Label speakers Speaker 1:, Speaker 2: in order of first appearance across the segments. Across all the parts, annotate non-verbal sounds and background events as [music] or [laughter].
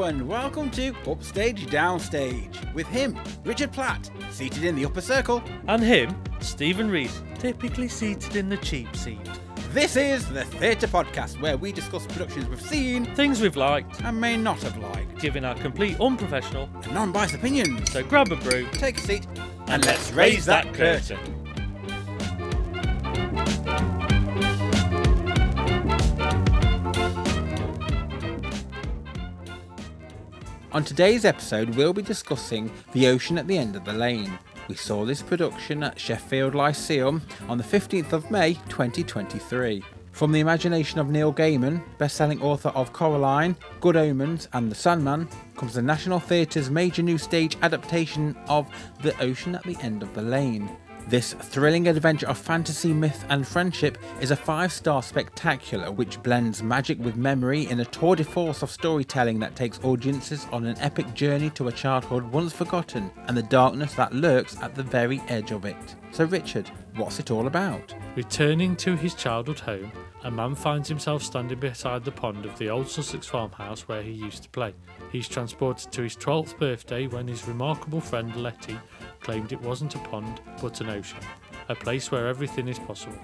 Speaker 1: Welcome to Upstage Downstage with him, Richard Platt, seated in the upper circle.
Speaker 2: And him, Stephen Reed, typically seated in the cheap seat.
Speaker 1: This is the Theatre Podcast where we discuss productions we've seen
Speaker 2: Things we've liked,
Speaker 1: and may not have liked,
Speaker 2: giving our complete unprofessional,
Speaker 1: and non biased opinions.
Speaker 2: so grab a brew
Speaker 1: Take a seat and let's raise that curtain. On today's episode, we'll be discussing The Ocean at the End of the Lane. We saw this production at Sheffield Lyceum on the 15th of May 2023. From the imagination of Neil Gaiman, best-selling author of Coraline, Good Omens and The Sandman, comes the National Theatre's major new stage adaptation of The Ocean at the End of the Lane. This thrilling adventure of fantasy, myth, and friendship is a five star spectacular which blends magic with memory in a tour de force of storytelling that takes audiences on an epic journey to a childhood once forgotten and the darkness that lurks at the very edge of it. So, Richard, what's it all about?
Speaker 3: Returning to his childhood home, a man finds himself standing beside the pond of the old Sussex farmhouse where he used to play. He's transported to his 12th birthday when his remarkable friend Letty claimed it wasn't a pond but an ocean, a place where everything is possible.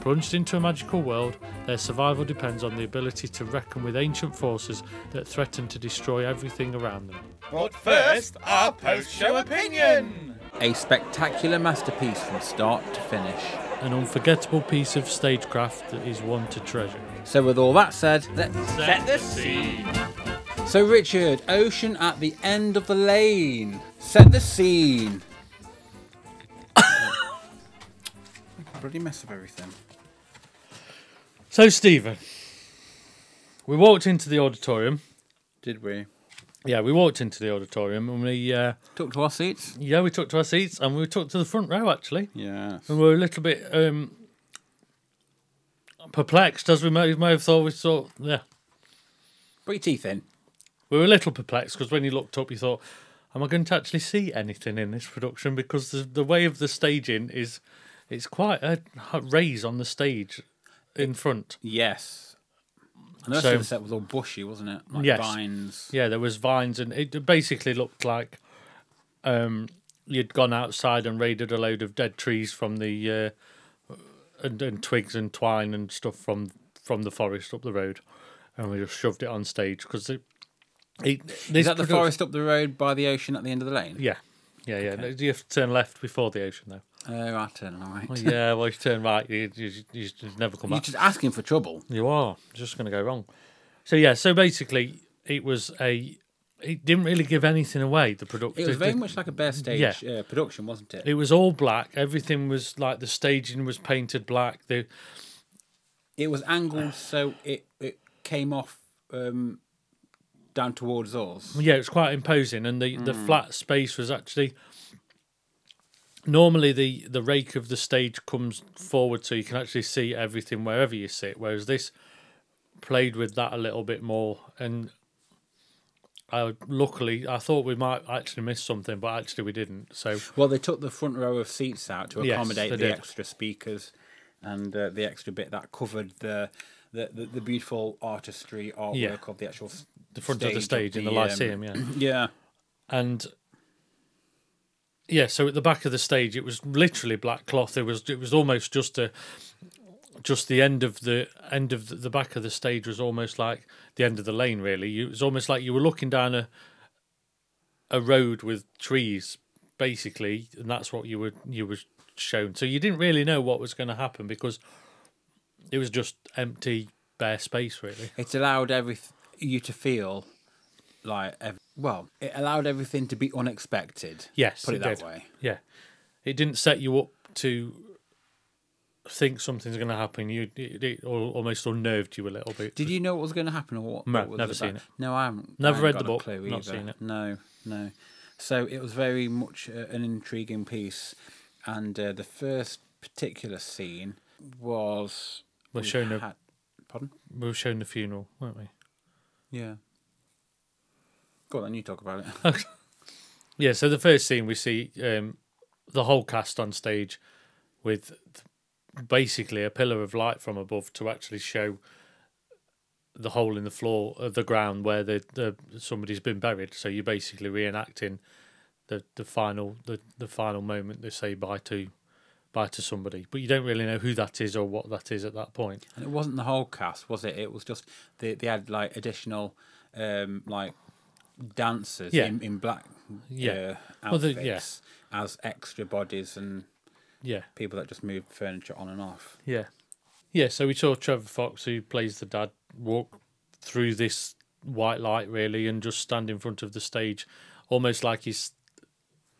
Speaker 3: Plunged into a magical world, their survival depends on the ability to reckon with ancient forces that threaten to destroy everything around them.
Speaker 4: But first, our post show opinion!
Speaker 1: A spectacular masterpiece from start to finish.
Speaker 3: An unforgettable piece of stagecraft that is one to treasure.
Speaker 1: So, with all that said, let's
Speaker 3: Set the scene!
Speaker 1: So, Richard, Ocean at the End of the Lane. Set the scene. [coughs] Bloody mess of everything.
Speaker 2: So, Stephen, we walked into the auditorium.
Speaker 1: Did we?
Speaker 2: Yeah, we walked into the auditorium and we, uh,
Speaker 1: Took to our seats?
Speaker 2: yeah, we took to our seats and we took to the front row actually.
Speaker 1: Yes.
Speaker 2: And we were a little bit um, perplexed as we may, may have thought we saw. Yeah,
Speaker 1: Put your teeth in.
Speaker 2: we were a little perplexed because when you looked up, you thought, "Am I going to actually see anything in this production?" Because the, the way of the staging is, it's quite a h- raise on the stage in front.
Speaker 1: Yes. And the rest
Speaker 2: So-
Speaker 1: of the set was all bushy, wasn't it? Like
Speaker 2: Yes.
Speaker 1: vines.
Speaker 2: Yeah, there was vines, and it basically looked like um, you'd gone outside and raided a load of dead trees from the uh, and, and twigs and twine and stuff from from the forest up the road, and we just shoved it on stage because it. it
Speaker 1: Is that the forest up the road by the ocean at the end of the lane?
Speaker 2: Yeah, yeah, yeah. You have to turn left before the
Speaker 1: [laughs]
Speaker 2: ocean, though.
Speaker 1: Oh, I don't know. Right.
Speaker 2: Well, yeah, well, you turn right, you, you, you just never come
Speaker 1: You're
Speaker 2: back.
Speaker 1: just asking for trouble.
Speaker 2: You are It's just going to go wrong. So yeah, so basically, it was a. It didn't really give anything away. The production.
Speaker 1: It was very much like a bare stage
Speaker 2: Yeah.
Speaker 1: uh, production, wasn't it?
Speaker 2: It was all black. Everything was like the staging was painted black. The
Speaker 1: It was
Speaker 2: [sighs]
Speaker 1: angled so it, it came off um, down towards us.
Speaker 2: yeah, it was quite imposing, and the the flat space was actually. Normally, the the rake of the stage comes forward, so you can actually see everything wherever you sit. Whereas this played with that a little bit more, and I luckily I thought we might actually miss something, but actually we didn't. So
Speaker 1: Well, they took the front row of seats out to
Speaker 2: Yes,
Speaker 1: accommodate
Speaker 2: they
Speaker 1: the
Speaker 2: did.
Speaker 1: extra speakers and uh, the extra bit that covered the the, the, the beautiful artistry artwork
Speaker 2: Yeah.
Speaker 1: of the actual s-
Speaker 2: the front of the stage in the
Speaker 1: um,
Speaker 2: Lyceum, yeah.
Speaker 1: [clears throat] yeah.
Speaker 2: and yeah, so at the back of the stage, it was literally black cloth. It was it was almost just a just the end of the end of the, the back of the stage was almost like the end of the lane. Really, you, it was almost like you were looking down a a road with trees, basically, and that's what you were you were shown. So you didn't really know what was going to happen because it was just empty, bare space, really.
Speaker 1: It allowed every you to feel like ev- well, it allowed everything to be unexpected.
Speaker 2: Yes,
Speaker 1: put it, that
Speaker 2: did.
Speaker 1: way.
Speaker 2: Yeah, it didn't set you up to think something's going to happen. You it, it al- almost unnerved you a little bit.
Speaker 1: Did you know what was going to happen or what?
Speaker 2: No,
Speaker 1: what was
Speaker 2: never
Speaker 1: about?
Speaker 2: seen it.
Speaker 1: No, I haven't. I
Speaker 2: Never
Speaker 1: haven't
Speaker 2: read
Speaker 1: got
Speaker 2: the
Speaker 1: a
Speaker 2: book,
Speaker 1: Clue
Speaker 2: not
Speaker 1: either.
Speaker 2: seen it.
Speaker 1: No, no. So it was very much uh, an intriguing piece, and uh, the first particular scene was
Speaker 2: We're
Speaker 1: we
Speaker 2: shown a-
Speaker 1: had- Pardon?
Speaker 2: We were shown the funeral, weren't we?
Speaker 1: Yeah. Go on, then you talk about it.
Speaker 2: [laughs] Yeah. So the first scene we see um, the whole cast on stage with th- basically a pillar of light from above to actually show the hole in the floor of the ground where the, the somebody's been buried. So you're basically reenacting the, the final the, the final moment they say bye to bye to somebody, but you don't really know who that is or what that is at that point.
Speaker 1: And it wasn't the whole cast, was it? It was just they, they had like additional um like dancers
Speaker 2: Yeah.
Speaker 1: in, in black
Speaker 2: Yeah.
Speaker 1: uh,
Speaker 2: Well, the-
Speaker 1: outfits as extra bodies and
Speaker 2: Yeah,
Speaker 1: people that just moved furniture on and off.
Speaker 2: yeah, yeah. So we saw Trevor Fox, who plays the dad, walk through this white light really, and just stand in front of the stage, almost like he's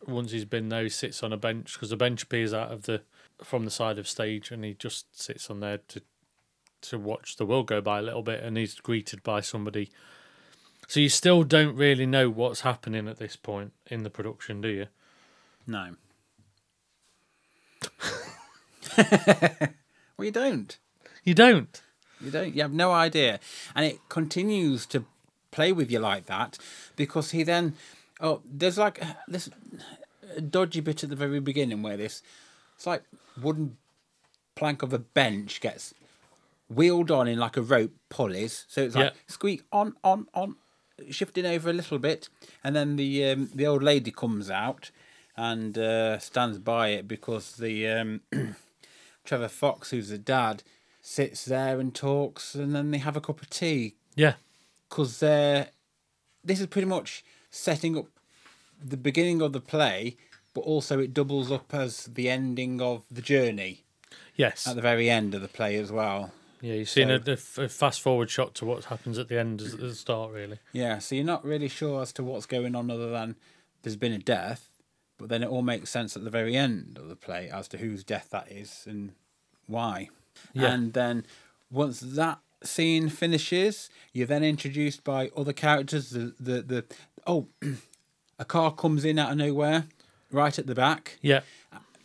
Speaker 2: once he's been there, he sits on a bench because the bench appears out of the from the side of stage, and he just sits on there to to watch the world go by a little bit, and he's greeted by somebody. So you still don't really know what's happening at this point in the production, do you?
Speaker 1: No. [laughs] well, you don't.
Speaker 2: You don't.
Speaker 1: You don't. You have no idea. And it continues to play with you like that because he then. Oh, there's like uh, this dodgy bit at the very beginning where this. It's like wooden plank of a bench gets wheeled on in like a rope pulleys. So it's like
Speaker 2: Yeah.
Speaker 1: squeak on, on, on, shifting over a little bit. And then the um, the old lady comes out and uh, stands by it because the. Um, [clears throat] Trevor Fox, who's the dad, sits there and talks, and then they have a cup of tea
Speaker 2: Yeah.
Speaker 1: because they're. This is pretty much setting up the beginning of the play, but also it doubles up as the ending of the journey
Speaker 2: Yes.
Speaker 1: at the very end of the play as well.
Speaker 2: Yeah, you've seen a, a- a fast forward shot to what happens at the end as- at the start, really.
Speaker 1: Yeah, so you're not really sure as to what's going on other than there's been a death, but then it all makes sense at the very end of the play as to whose death that is and why.
Speaker 2: Yeah.
Speaker 1: And then once that scene finishes, you're then introduced by other characters. The the, the oh, [clears throat] a car comes in out of nowhere, right at the back,
Speaker 2: Yeah.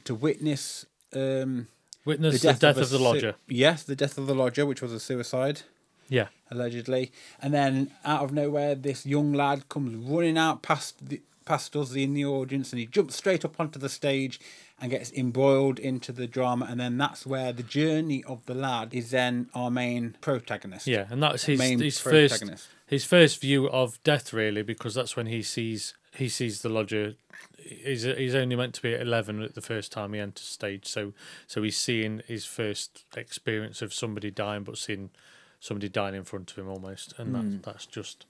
Speaker 1: to witness um,
Speaker 2: Witness the death, of,
Speaker 1: a
Speaker 2: the
Speaker 1: sui-
Speaker 2: lodger.
Speaker 1: yes, the death of the lodger, which was a suicide
Speaker 2: Yeah.
Speaker 1: allegedly. And then out of nowhere, this young lad comes running out past the past us in the audience, and he jumps straight up onto the stage and gets embroiled into the drama. And then that's where the journey of the lad is then our main protagonist.
Speaker 2: Yeah. And that's his,
Speaker 1: Main
Speaker 2: his first
Speaker 1: protagonist.
Speaker 2: his first view of death, really, because that's when he sees he sees the lodger. He's, he's only meant to be at 11 at the first time he enters stage. So, so he's seeing his first experience of somebody dying, but seeing somebody dying in front of him almost. And that's, that's just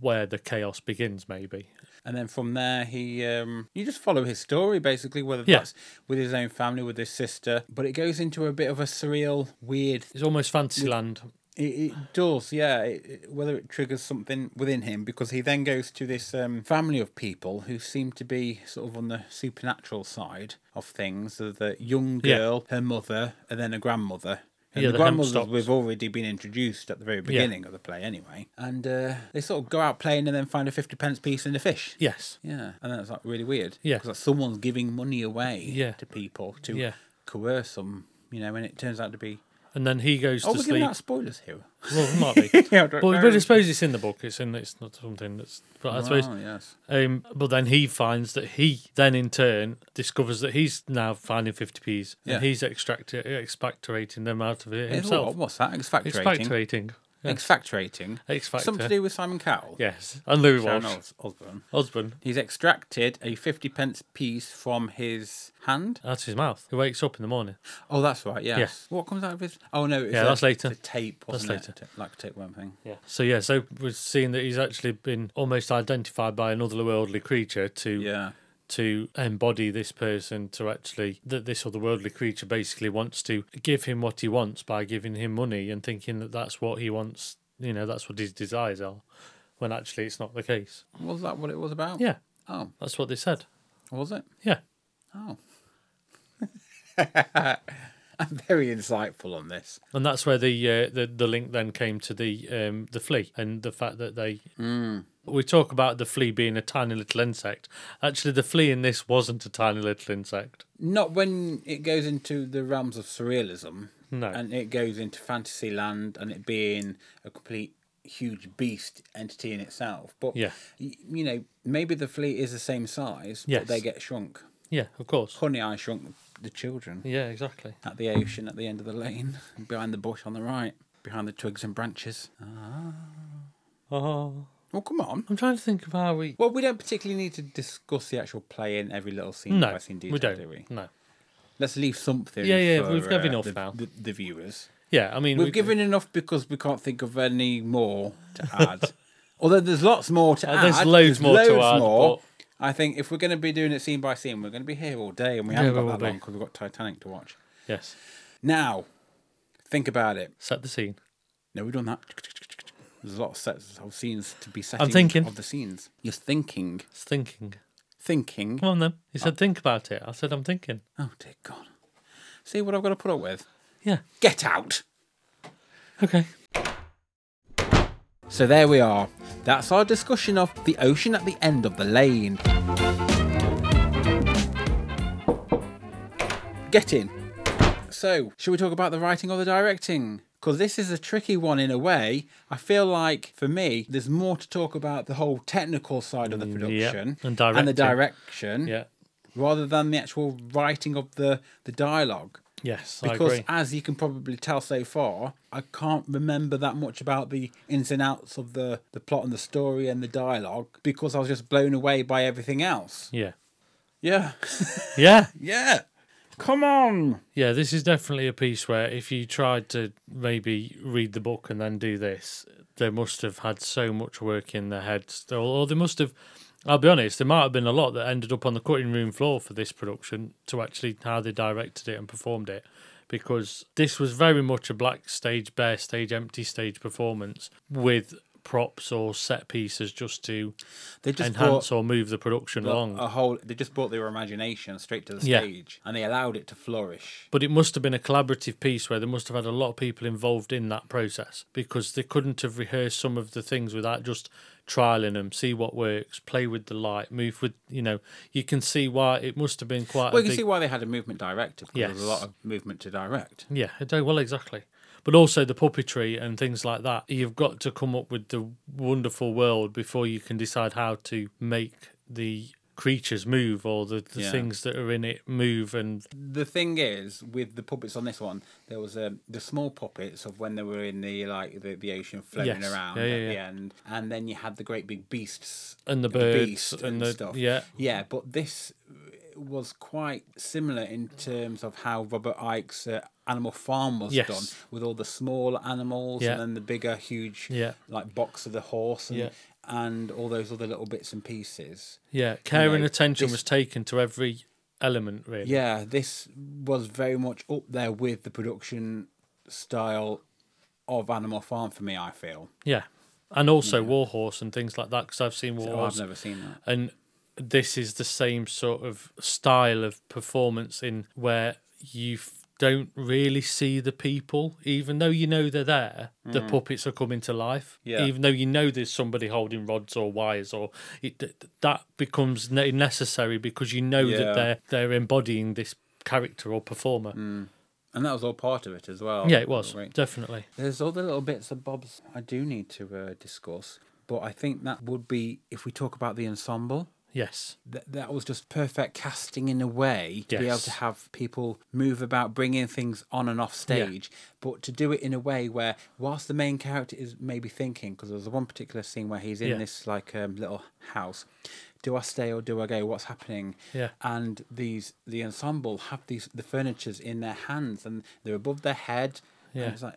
Speaker 2: where the chaos begins, maybe.
Speaker 1: And then from there, he um, you just follow his story basically, whether
Speaker 2: Yeah.
Speaker 1: that's with his own family, with his sister. But it goes into a bit of a surreal, weird
Speaker 2: It's almost Fantasyland.
Speaker 1: It, it does, yeah. It, it- whether it triggers something within him, because he then goes to this um, family of people who seem to be sort of on the supernatural side of things. So the young
Speaker 2: Yeah.
Speaker 1: girl, her mother, and then a grandmother. And
Speaker 2: Yeah,
Speaker 1: the
Speaker 2: the hemp
Speaker 1: grandmother
Speaker 2: stocks.
Speaker 1: we've already been introduced at the very beginning of the play, anyway. And uh, they sort of go out playing and then find a fifty pence piece in a fish.
Speaker 2: Yes.
Speaker 1: Yeah, and that's like really weird.
Speaker 2: Yeah.
Speaker 1: because like, someone's giving money away
Speaker 2: Yeah.
Speaker 1: to people to
Speaker 2: Yeah.
Speaker 1: coerce them, you know. And it turns out to be
Speaker 2: And then he goes
Speaker 1: oh,
Speaker 2: to
Speaker 1: we're
Speaker 2: sleep.
Speaker 1: giving out spoilers here.
Speaker 2: Well, it
Speaker 1: [laughs]
Speaker 2: might be.
Speaker 1: Yeah, I
Speaker 2: but,
Speaker 1: don't know.
Speaker 2: but I suppose it's in the book. It's in. It's not something that's. But I suppose.
Speaker 1: Oh, yes.
Speaker 2: Um, but then he finds that he then in turn discovers that he's now finding fifty p's
Speaker 1: Yeah.
Speaker 2: and he's extracting, expectorating them out of it
Speaker 1: It's
Speaker 2: himself.
Speaker 1: what- what's that? Exfactorating.
Speaker 2: Expectorating. Yeah.
Speaker 1: Exfactorating.
Speaker 2: Exfactor.
Speaker 1: Something to do with Simon Cowell.
Speaker 2: yes, and Louis
Speaker 1: Sharon
Speaker 2: Walsh,
Speaker 1: Os- Osbourne.
Speaker 2: husband,
Speaker 1: He's extracted a 50 pence piece from his hand.
Speaker 2: out of his mouth. He wakes up in the morning.
Speaker 1: Oh, that's right, yes.
Speaker 2: Yes.
Speaker 1: What comes out of his. Oh, no. It's
Speaker 2: Yeah,
Speaker 1: a,
Speaker 2: that's later.
Speaker 1: It's a tape, wasn't
Speaker 2: That's
Speaker 1: it? Like a tapeworm thing.
Speaker 2: Yeah. So yeah, so we're seeing that he's actually been almost identified by another worldly creature to
Speaker 1: Yeah.
Speaker 2: to embody this person to actually that this otherworldly creature basically wants to give him what he wants by giving him money and thinking that that's what he wants you know that's what his desires are when actually it's not the case
Speaker 1: Was that what it was about?
Speaker 2: yeah
Speaker 1: Oh,
Speaker 2: that's what they said
Speaker 1: was it? [laughs]
Speaker 2: yeah
Speaker 1: Oh. I'm very insightful on this.
Speaker 2: and that's where the uh, the the link then came to the um the flea and the fact that they we talk about the flea being a tiny little insect actually the flea in this wasn't a tiny little insect
Speaker 1: Not when it goes into the realms of surrealism.
Speaker 2: No.
Speaker 1: And it goes into fantasy land and it being a complete huge beast entity in itself. But
Speaker 2: Yeah.
Speaker 1: y- you know, maybe the fleet is the same size,
Speaker 2: Yes.
Speaker 1: but they get shrunk.
Speaker 2: yeah of course
Speaker 1: Honey, I shrunk the children
Speaker 2: yeah exactly
Speaker 1: [laughs] at the ocean at the end of the lane behind the bush on the right. behind the twigs and branches.
Speaker 2: Oh,
Speaker 1: Oh, come on.
Speaker 2: I'm trying to think of how we.
Speaker 1: Well, we don't particularly need to discuss the actual play in every little scene
Speaker 2: No,
Speaker 1: by scene detail,
Speaker 2: we don't.
Speaker 1: do we?
Speaker 2: No.
Speaker 1: Let's leave something.
Speaker 2: Yeah, yeah,
Speaker 1: for, uh,
Speaker 2: we've got enough
Speaker 1: the,
Speaker 2: now.
Speaker 1: The, the viewers.
Speaker 2: Yeah, I mean,
Speaker 1: We've
Speaker 2: we-
Speaker 1: given enough because we can't think of any more to add. [laughs] Although there's lots more to
Speaker 2: Uh,
Speaker 1: add.
Speaker 2: there's loads more to add,
Speaker 1: more. I think if we're going to be doing it scene by scene, we're going to be here all day, and we haven't
Speaker 2: we
Speaker 1: got that
Speaker 2: will be.
Speaker 1: long because we've got Titanic to watch.
Speaker 2: Yes.
Speaker 1: Now, think about it.
Speaker 2: Set the scene.
Speaker 1: No, we've done that. There's a lot of sets of scenes to be set.
Speaker 2: thinking.
Speaker 1: of the scenes. You're thinking,
Speaker 2: It's thinking.
Speaker 1: thinking.
Speaker 2: Come on then. He said, think about it. I said, I'm thinking.
Speaker 1: Oh dear God! See what I've got to put up with.
Speaker 2: Yeah.
Speaker 1: Get out.
Speaker 2: Okay.
Speaker 1: So there we are. That's our discussion of the ocean at the end of the lane. Get in. So, should we talk about the writing or the directing? Because this is a tricky one in a way. I feel like, for me, there's more to talk about the whole technical side of the production
Speaker 2: Mm, and
Speaker 1: the
Speaker 2: directing.
Speaker 1: direction
Speaker 2: Yeah.
Speaker 1: rather than the actual writing of the, the dialogue
Speaker 2: Yes, I
Speaker 1: because
Speaker 2: agree.
Speaker 1: as you can probably tell so far i can't remember that much about the ins and outs of the the plot and the story and the dialogue because i was just blown away by everything else
Speaker 2: yeah.
Speaker 1: [laughs] yeah
Speaker 2: Yeah.
Speaker 1: yeah come on
Speaker 2: Yeah, this is definitely a piece where if you tried to maybe read the book and then do this, they must have had so much work in their heads. Or or they must have, I'll be honest, there might have been a lot that ended up on the cutting room floor for this production to actually how they directed it and performed it. Because this was very much a black stage, bare stage, empty stage performance with props or set pieces just to
Speaker 1: they just
Speaker 2: enhance
Speaker 1: brought
Speaker 2: or move the production along.
Speaker 1: a whole they just brought their imagination straight to the
Speaker 2: Yeah.
Speaker 1: stage and they allowed it to flourish
Speaker 2: But it must have been a collaborative piece where they must have had a lot of people involved in that process because they couldn't have rehearsed some of the things without just trialing them, see what works, play with the light, move with, you know, you can see why it must have been quite
Speaker 1: well
Speaker 2: a
Speaker 1: you can
Speaker 2: big.
Speaker 1: see why they had a movement director because there was a
Speaker 2: Yes.
Speaker 1: lot of movement to direct
Speaker 2: yeah, it did- well, exactly. But also the puppetry and things like that. You've got to come up with the wonderful world before you can decide how to make the creatures move or the, the
Speaker 1: Yeah.
Speaker 2: things that are in it move and
Speaker 1: the thing is with the puppets on this one there was um, the small puppets of when they were in the like the, the ocean floating
Speaker 2: Yes.
Speaker 1: around
Speaker 2: Yeah,
Speaker 1: at
Speaker 2: yeah,
Speaker 1: the
Speaker 2: yeah.
Speaker 1: end and then you had the great big beasts
Speaker 2: and the
Speaker 1: the
Speaker 2: birds
Speaker 1: beast
Speaker 2: and, the
Speaker 1: stuff
Speaker 2: yeah
Speaker 1: yeah but this was quite similar in terms of how robert ike's uh, animal farm was
Speaker 2: Yes.
Speaker 1: done with all the small animals
Speaker 2: Yeah.
Speaker 1: and then the bigger huge
Speaker 2: Yeah.
Speaker 1: like box of the horse and,
Speaker 2: Yeah.
Speaker 1: and all those other little bits and pieces
Speaker 2: Yeah, care and
Speaker 1: know,
Speaker 2: attention
Speaker 1: this-
Speaker 2: was taken to every element, really.
Speaker 1: Yeah, this was very much up there with the production style of Animal Farm for me. I feel.
Speaker 2: Yeah. And also Warhorse and things like that, because I've seen
Speaker 1: Oh, I've
Speaker 2: Warhorse.
Speaker 1: never seen that.
Speaker 2: and this is the same sort of style of performance in where you f- don't really see the people, even though you know they're there. The puppets are coming to life.
Speaker 1: Mm. Yeah.
Speaker 2: Even though you know there's somebody holding rods or wires, or it, th- th- that becomes ne- necessary because you know
Speaker 1: Yeah.
Speaker 2: that they're they're embodying this character or performer.
Speaker 1: And that was all part of it as well.
Speaker 2: Yeah, it was
Speaker 1: Mm. Right.
Speaker 2: definitely.
Speaker 1: There's other little bits of Bob's I do need to uh, discuss, but I think that would be if we talk about the ensemble.
Speaker 2: Yes.
Speaker 1: That, that was just perfect casting in a way to be able
Speaker 2: Yes.
Speaker 1: to have people move about, bringing things on and off stage, but to do it in a way where, whilst the main character is maybe thinking, because there's one particular scene where he's in
Speaker 2: Yeah.
Speaker 1: this like um, little house, do I stay or do I go? What's happening?
Speaker 2: Yeah.
Speaker 1: And these the ensemble have these the furnitures in their hands and they're above their head. and
Speaker 2: Yeah.
Speaker 1: it's like,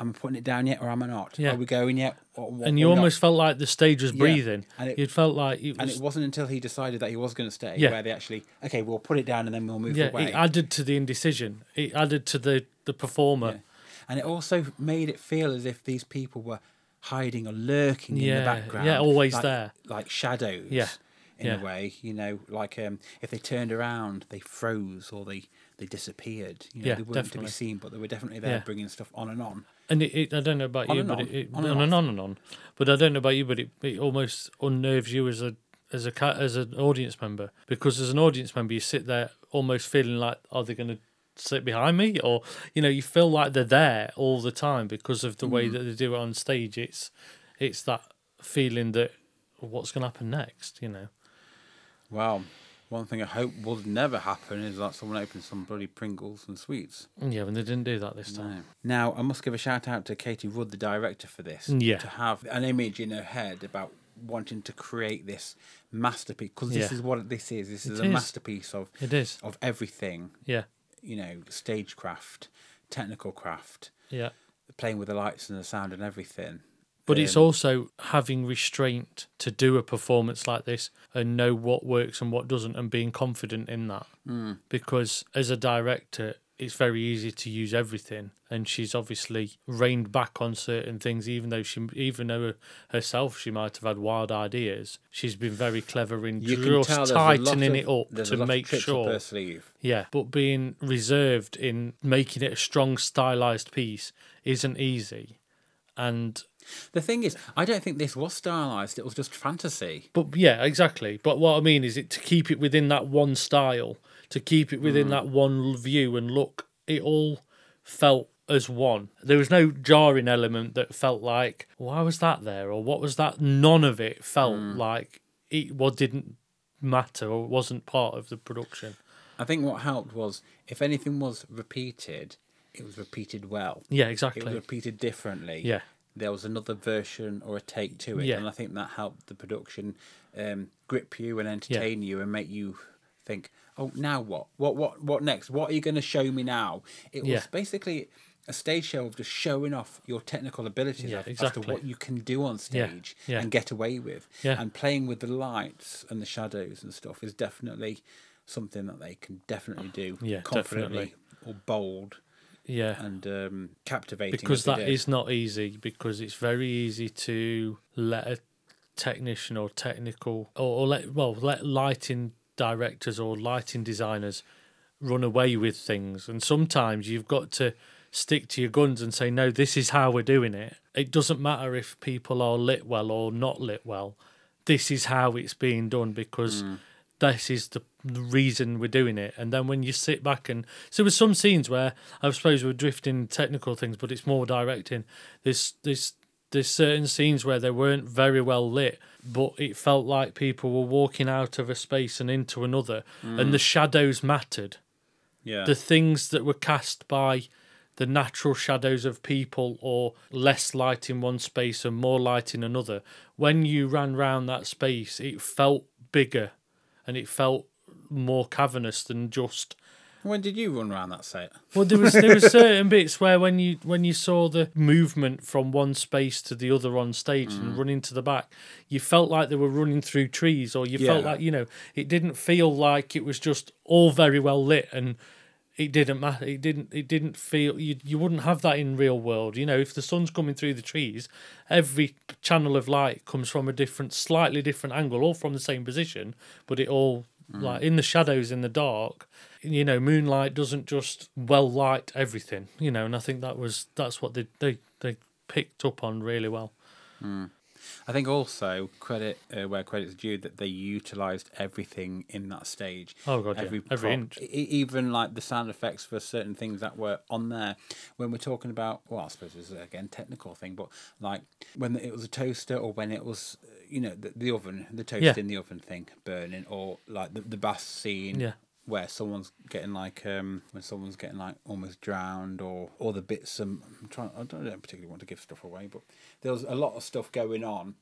Speaker 1: am I putting it down yet or am I not?
Speaker 2: Yeah.
Speaker 1: Are we going yet? Or, what-
Speaker 2: and you
Speaker 1: we're not?"
Speaker 2: almost felt like the stage was breathing.
Speaker 1: and it-
Speaker 2: it, felt like it
Speaker 1: And
Speaker 2: was.
Speaker 1: it wasn't until he decided that he was going to stay
Speaker 2: Yeah.
Speaker 1: where they actually, okay, we'll put it down and then we'll move
Speaker 2: yeah,
Speaker 1: away.
Speaker 2: it added to the indecision. It added to the the performer.
Speaker 1: and it also made it feel as if these people were hiding or lurking in
Speaker 2: Yeah,
Speaker 1: the background.
Speaker 2: yeah, always
Speaker 1: like,
Speaker 2: there.
Speaker 1: Like shadows.
Speaker 2: Yeah,
Speaker 1: In a
Speaker 2: yeah.
Speaker 1: way, you know, like um, if they turned around, they froze or they, they disappeared. You know,
Speaker 2: Yeah,
Speaker 1: they weren't to
Speaker 2: definitely.
Speaker 1: be seen, but they were definitely there
Speaker 2: Yeah.
Speaker 1: bringing stuff on and on.
Speaker 2: And it, it, I don't know about
Speaker 1: On
Speaker 2: you,
Speaker 1: and
Speaker 2: but
Speaker 1: on,
Speaker 2: it, it
Speaker 1: on
Speaker 2: on,
Speaker 1: and
Speaker 2: and on and on. But I don't know about you, but it, it almost unnerves you as a as a ca- as an audience member because as an audience member you sit there almost feeling like are they going to sit behind me or you know you feel like they're there all the time because of the
Speaker 1: Mm.
Speaker 2: way that they do it on stage. It's it's that feeling that what's going to happen next, you know.
Speaker 1: Wow. One thing I hope would never happen is that someone opens some bloody Pringles and sweets.
Speaker 2: Yeah, and they didn't do that this time.
Speaker 1: No. Now, I must give a shout out to Katie Rudd, the director, for this.
Speaker 2: Mm, Yeah.
Speaker 1: To have an image in her head about wanting to create this masterpiece, because this
Speaker 2: Yeah.
Speaker 1: is what this is. This is
Speaker 2: It
Speaker 1: a
Speaker 2: is.
Speaker 1: masterpiece of,
Speaker 2: It is.
Speaker 1: of everything,
Speaker 2: Yeah.
Speaker 1: you know, stagecraft, technical craft,
Speaker 2: Yeah.
Speaker 1: playing with the lights and the sound and everything.
Speaker 2: But
Speaker 1: Um,
Speaker 2: it's also having restraint to do a performance like this and know what works and what doesn't and being confident in that.
Speaker 1: Hmm.
Speaker 2: Mm. Because as a director, it's very easy to use everything, and she's obviously reined back on certain things. Even though she, even though herself, she might have had wild ideas. She's been very clever in just
Speaker 1: there's a lot
Speaker 2: tightening
Speaker 1: of-
Speaker 2: it up
Speaker 1: there's a
Speaker 2: to
Speaker 1: lot of
Speaker 2: make
Speaker 1: tricks up
Speaker 2: sure
Speaker 1: her sleeve.
Speaker 2: yeah, but being reserved in making it a strong, stylized piece isn't easy. And
Speaker 1: The thing is, I don't think this was stylized. It was just fantasy.
Speaker 2: but yeah, exactly. But what I mean is, it to keep it within that one style, to keep it
Speaker 1: Mm.
Speaker 2: within that one view and look, it all felt as one. There was no jarring element that felt like why was that there or what was that. None of it felt
Speaker 1: Mm.
Speaker 2: like it what didn't matter or wasn't part of the production.
Speaker 1: I think what helped was if anything was repeated, it was repeated well.
Speaker 2: Yeah,
Speaker 1: It was
Speaker 2: exactly.
Speaker 1: repeated differently.
Speaker 2: Yeah.
Speaker 1: There was another version or a take to it,
Speaker 2: Yeah.
Speaker 1: and I think that helped the production um, grip you and entertain you and make you think, "Oh, now what? What? What? What next? What are you going to show me now?" It was
Speaker 2: Yeah.
Speaker 1: basically a stage show of just showing off your technical abilities
Speaker 2: Yeah,
Speaker 1: as- as to
Speaker 2: exactly.
Speaker 1: what you can do on stage
Speaker 2: yeah.
Speaker 1: and get away with.
Speaker 2: Yeah.
Speaker 1: And playing with the lights and the shadows and stuff is definitely something that they can definitely do
Speaker 2: Yeah,
Speaker 1: confidently or bold
Speaker 2: Yeah.
Speaker 1: and um, captivating as
Speaker 2: because
Speaker 1: they
Speaker 2: that
Speaker 1: do.
Speaker 2: is not easy because it's very easy to let a technician or technical or, or let well let lighting directors or lighting designers run away with things and sometimes you've got to stick to your guns and say no this is how we're doing it it doesn't matter if people are lit well or not lit well this is how it's being done because this is the the reason we're doing it. And then when you sit back and so with some scenes where I suppose we're drifting technical things, but it's more directing. There's there's there's certain scenes where they weren't very well lit, but it felt like people were walking out of a space and into another, and the shadows mattered
Speaker 1: yeah.
Speaker 2: the things that were cast by the natural shadows of people or less light in one space and more light in another when you ran round that space it felt bigger and it felt more cavernous than just
Speaker 1: When did you run around that set?
Speaker 2: well there was there were [laughs] certain bits where when you when you saw the movement from one space to the other on stage and running to the back you felt like they were running through trees or you felt
Speaker 1: Yeah.
Speaker 2: like you know it didn't feel like it was just all very well lit and it didn't matter it didn't it didn't feel you you wouldn't have that in real world you know if the sun's coming through the trees every channel of light comes from a different slightly different angle all from the same position but it all like in the shadows in the dark you know moonlight doesn't just well light everything you know and i think that was that's what they they, they picked up on really well
Speaker 1: I think also credit uh, where credit's due that they utilised everything in that stage.
Speaker 2: Oh, God, yeah. Every
Speaker 1: prop,
Speaker 2: inch.
Speaker 1: e- even like the sound effects for certain things that were on there. When we're talking about, well, I suppose this is again technical thing, but like when it was a toaster or when it was, uh, you know, the, the oven, the toast
Speaker 2: Yeah.
Speaker 1: in the oven thing burning, or like the the bath scene.
Speaker 2: Yeah.
Speaker 1: Where someone's getting like um when someone's getting like almost drowned or or the bits um I'm trying I don't, I don't particularly want to give stuff away but there was a lot of stuff going on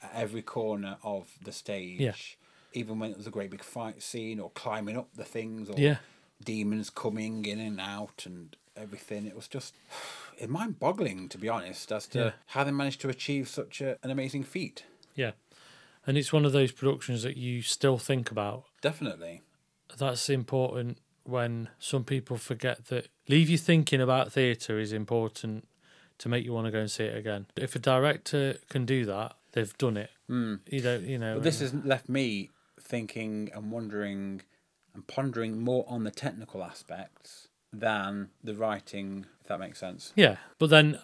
Speaker 1: at every corner of the stage.
Speaker 2: Yeah.
Speaker 1: Even when it was a great big fight scene or climbing up the things or
Speaker 2: Yeah.
Speaker 1: demons coming in and out and everything. It was just [sighs] it mind boggling to be honest as to
Speaker 2: Yeah.
Speaker 1: how they managed to achieve such a, an amazing feat.
Speaker 2: yeah and it's one of those productions that you still think about
Speaker 1: Definitely.
Speaker 2: that's important when some people forget that leave you thinking about theatre is important to make you want to go and see it again. If a director can do that, they've done it. Mm. You don't, you know.
Speaker 1: Hmm. But this has left me thinking and wondering and pondering more on the technical aspects than the writing, if that makes sense.
Speaker 2: yeah, but then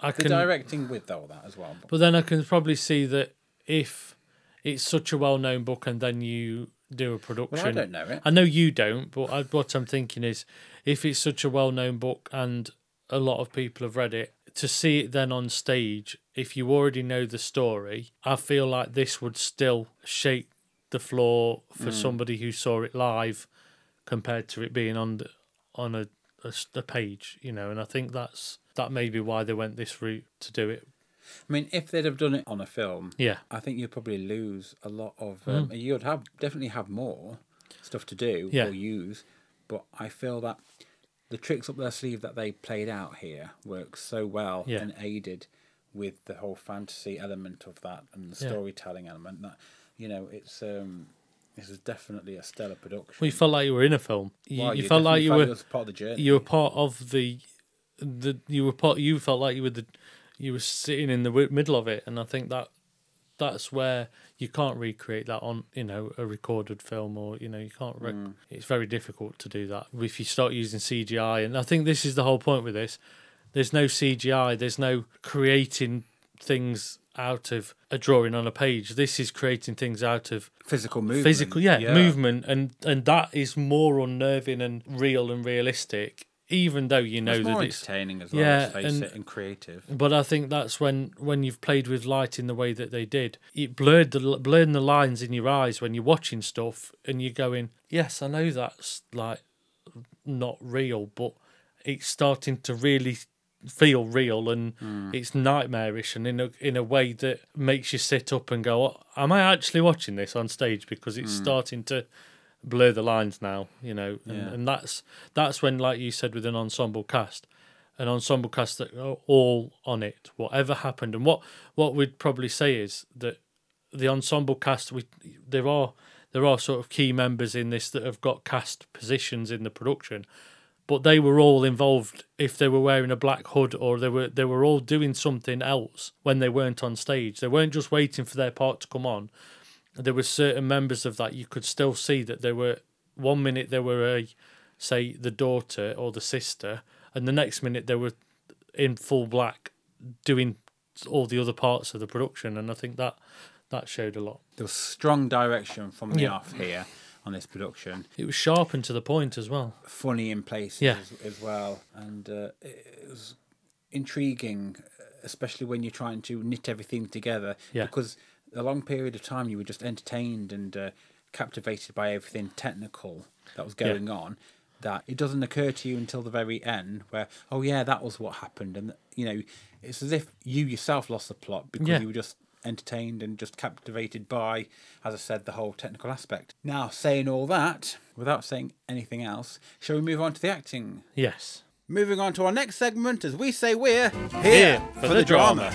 Speaker 2: I
Speaker 1: The
Speaker 2: can.
Speaker 1: directing with all that as well.
Speaker 2: But then I can probably see that if it's such a well-known book and then you do a production.
Speaker 1: don't know it.
Speaker 2: I know you don't, but I, what I'm thinking is, if it's such a well-known book and a lot of people have read it, to see it then on stage, if you already know the story, I feel like this would still shake the floor for somebody who saw it live compared to it being on the, on a, a s- a page, you know. And I think that's that may be why they went this route to do it.
Speaker 1: I mean, if they'd have done it on a film,
Speaker 2: Yeah, Mm.
Speaker 1: I think you'd probably lose a lot of. Um, You'd have definitely have more stuff to do
Speaker 2: Yeah.
Speaker 1: or use, but I feel that the tricks up their sleeve that they played out here work so well
Speaker 2: Yeah.
Speaker 1: and aided with the whole fantasy element of that and the
Speaker 2: Yeah.
Speaker 1: storytelling element. That you know, it's um, this is definitely a stellar production.
Speaker 2: well, you felt like you were in a film. You,
Speaker 1: Well,
Speaker 2: you felt like
Speaker 1: definitely
Speaker 2: you were
Speaker 1: it was part of the journey.
Speaker 2: you were part of the the you were part you felt like you were the you were sitting in the w- middle of it and i think that that's where you can't recreate that on you know a recorded film or you know you can't rec- it's very difficult to do that if you start using cgi and i think this is the whole point with this there's no cgi there's no creating things out of a drawing on a page this is creating things out of
Speaker 1: physical movement.
Speaker 2: physical yeah, movement and and that is more unnerving and real and realistic even though you know
Speaker 1: It's more
Speaker 2: that it's
Speaker 1: entertaining as well.
Speaker 2: Yeah,
Speaker 1: let's face
Speaker 2: and-
Speaker 1: it, and creative.
Speaker 2: but I think that's when when you've played with light in the way that they did, it blurred the blurring the lines in your eyes when you're watching stuff, and you're going, "Yes, I know that's like not real, but it's starting to really feel real, and it's nightmarish, and in a in a way that makes you sit up and go, "Oh, "Am I actually watching this on stage?" Because it's starting to blur the lines now, you know, and,
Speaker 1: Yeah.
Speaker 2: and that's that's when, like you said, with an ensemble cast an ensemble cast that are all on it, whatever happened. And what what we'd probably say is that the ensemble cast we there are there are sort of key members in this that have got cast positions in the production, but they were all involved if they were wearing a black hood or they were they were all doing something else when they weren't on stage. They weren't just waiting for their part to come on. There were certain members of that you could still see that they were one minute they were a say the daughter or the sister, and the next minute they were in full black doing all the other parts of the production, and I think that that showed a lot.
Speaker 1: There was strong direction from the
Speaker 2: Yeah.
Speaker 1: off here on this production.
Speaker 2: It was sharp and to the point as well.
Speaker 1: funny in places
Speaker 2: Yeah.
Speaker 1: as, as well, and uh, it it was intriguing, especially when you're trying to knit everything together.
Speaker 2: Yeah.
Speaker 1: Because a long period of time you were just entertained and uh, captivated by everything technical that was
Speaker 2: Yeah.
Speaker 1: going on. That it doesn't occur to you until the very end, where oh yeah, that was what happened, and you know, it's as if you yourself lost the plot because
Speaker 2: Yeah.
Speaker 1: you were just entertained and just captivated by, as I said, the whole technical aspect. Now, saying all that, without saying anything else, shall we move on to the acting?
Speaker 2: Yes.
Speaker 1: Moving on to our next segment, as we say we're here,
Speaker 2: for the drama.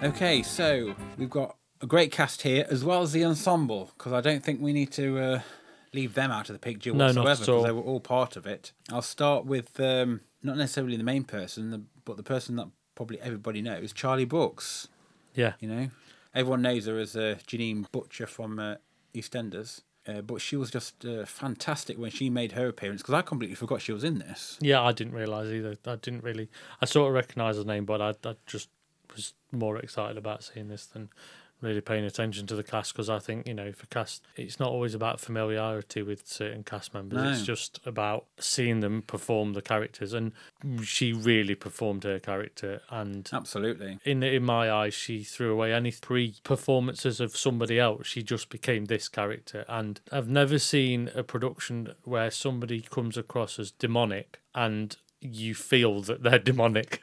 Speaker 1: Okay, so we've got a great cast here, as well as the ensemble, because I don't think we need to uh, leave them out of the picture
Speaker 2: No, not
Speaker 1: whatsoever,
Speaker 2: at all.
Speaker 1: because they were all part of it. I'll start with um, not necessarily the main person, the, but the person that probably everybody knows, Charlie Brooks.
Speaker 2: Yeah.
Speaker 1: You know, everyone knows her as uh, Janine Butcher from uh, EastEnders, uh, but she was just uh, fantastic when she made her appearance because I completely forgot she was in this.
Speaker 2: Yeah, I didn't realise either. I didn't really. I sort of recognise the name, but I, I just was more excited about seeing this than really paying attention to the cast because I think, you know, for cast, it's not always about familiarity with certain cast members.
Speaker 1: No.
Speaker 2: It's just about seeing them perform the characters. And she really performed her character. And
Speaker 1: Absolutely.
Speaker 2: in in my eyes, she threw away any pre performances of somebody else. She just became this character, and I've never seen a production where somebody comes across as demonic and you feel that they're [laughs] demonic.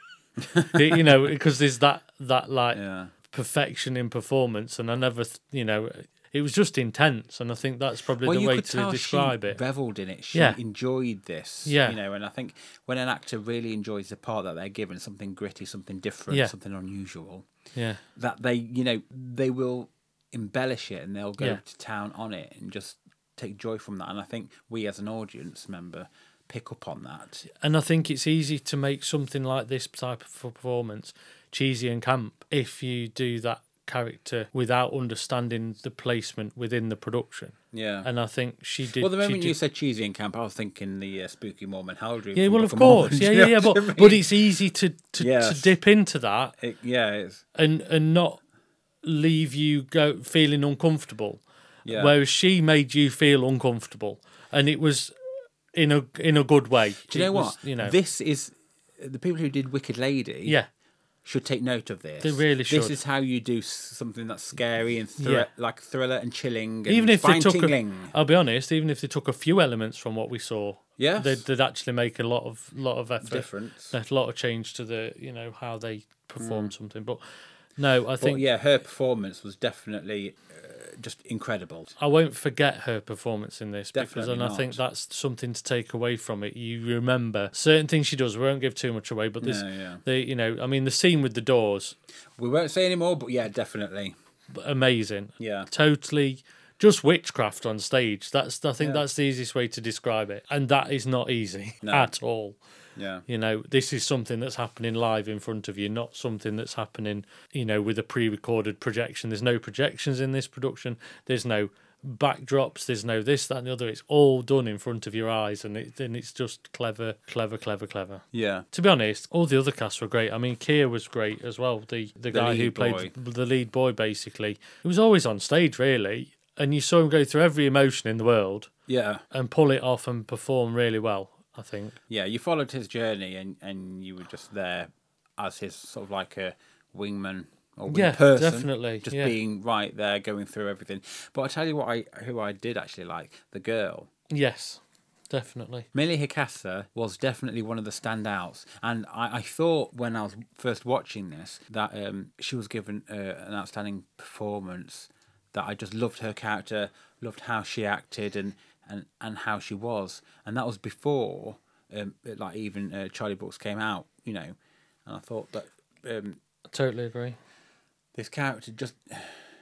Speaker 2: you know, [laughs] because there's that that like
Speaker 1: Yeah.
Speaker 2: perfection in performance, and I never, th- you know, it was just intense, and I think that's probably the way to describe
Speaker 1: she
Speaker 2: it.
Speaker 1: reveled in it. She
Speaker 2: Yeah.
Speaker 1: enjoyed this.
Speaker 2: Yeah.
Speaker 1: You know, and I think when an actor really enjoys the part that they're given, something gritty, something different,
Speaker 2: Yeah.
Speaker 1: something unusual,
Speaker 2: yeah,
Speaker 1: that they, you know, they will embellish it and they'll go
Speaker 2: Yeah.
Speaker 1: to town on it and just take joy from that. And I think we as an audience member pick up on that.
Speaker 2: and I think it's easy to make something like this type of performance cheesy and camp if you do that character without understanding the placement within the production.
Speaker 1: Yeah.
Speaker 2: And I think she did.
Speaker 1: Well, the
Speaker 2: she
Speaker 1: moment you
Speaker 2: did-
Speaker 1: said cheesy in camp, I was thinking the uh, spooky Mormon Hell Dream.
Speaker 2: yeah,
Speaker 1: from
Speaker 2: well, of
Speaker 1: Book Mormon,
Speaker 2: course,
Speaker 1: [laughs]
Speaker 2: yeah,
Speaker 1: you
Speaker 2: yeah,
Speaker 1: know
Speaker 2: yeah,
Speaker 1: what I
Speaker 2: but but
Speaker 1: mean?
Speaker 2: it's easy to to,
Speaker 1: Yes.
Speaker 2: to dip into that
Speaker 1: It- yeah, it's
Speaker 2: and and not leave you go feeling uncomfortable.
Speaker 1: Yeah.
Speaker 2: Whereas she made you feel uncomfortable, and it was in a in a good way.
Speaker 1: do you
Speaker 2: It
Speaker 1: know
Speaker 2: was,
Speaker 1: what?
Speaker 2: you know,
Speaker 1: this is the people who did Wicked Lady.
Speaker 2: yeah,
Speaker 1: should take note of this.
Speaker 2: They really
Speaker 1: This
Speaker 2: should.
Speaker 1: is how you do s- something that's scary and thr-
Speaker 2: Yeah.
Speaker 1: like thriller and chilling. And
Speaker 2: even if they took, a,
Speaker 1: fine-tingling.
Speaker 2: I'll be honest, even if they took a few elements from what we saw,
Speaker 1: Yes.
Speaker 2: they'd, they'd actually make a lot of lot of effort,
Speaker 1: Difference. Mm.
Speaker 2: a lot of change to the you know how they perform something. But no, I think
Speaker 1: But yeah, her performance was definitely uh, just incredible.
Speaker 2: I won't forget her performance in this because,
Speaker 1: Definitely
Speaker 2: and I think
Speaker 1: not.
Speaker 2: that's something to take away from it. You remember certain things she does. We won't give too much away, but this,
Speaker 1: No, yeah.
Speaker 2: the you know, I mean, the scene with the doors,
Speaker 1: We won't say any more, but yeah, definitely.
Speaker 2: amazing.
Speaker 1: Yeah.
Speaker 2: totally. Just witchcraft on stage. That's I think that's the easiest way to describe it, and that is not easy [laughs] at all.
Speaker 1: Yeah.
Speaker 2: You know, this is something that's happening live in front of you, not something that's happening, you know, with a pre recorded projection. There's no projections in this production, there's no backdrops, there's no this, that, and the other. It's all done in front of your eyes, and, it, and it's just clever, clever, clever, clever.
Speaker 1: Yeah.
Speaker 2: To be honest, all the other casts were great. I mean, Keir was great as well, the, the, guy who
Speaker 1: lead
Speaker 2: played
Speaker 1: boy.
Speaker 2: th- the lead boy, basically. He was always on stage, really, and you saw him go through every emotion in the world
Speaker 1: Yeah.
Speaker 2: and pull it off and perform really well, I think.
Speaker 1: Yeah. You followed his journey and, and you were just there as his sort of like a wingman or wing
Speaker 2: Yeah,
Speaker 1: person.
Speaker 2: definitely,
Speaker 1: Just
Speaker 2: yeah.
Speaker 1: being right there, going through everything. But I tell you what I who I did actually like, the girl.
Speaker 2: Yes, definitely.
Speaker 1: Millie Hicassa was definitely one of the standouts, and I, I thought when I was first watching this that um, she was given uh, an outstanding performance. That I just loved her character, loved how she acted, and and, and how she was, and that was before um, it, like even uh, Charlie Brooks came out, you know, and I thought that um,
Speaker 2: I totally agree.
Speaker 1: this character just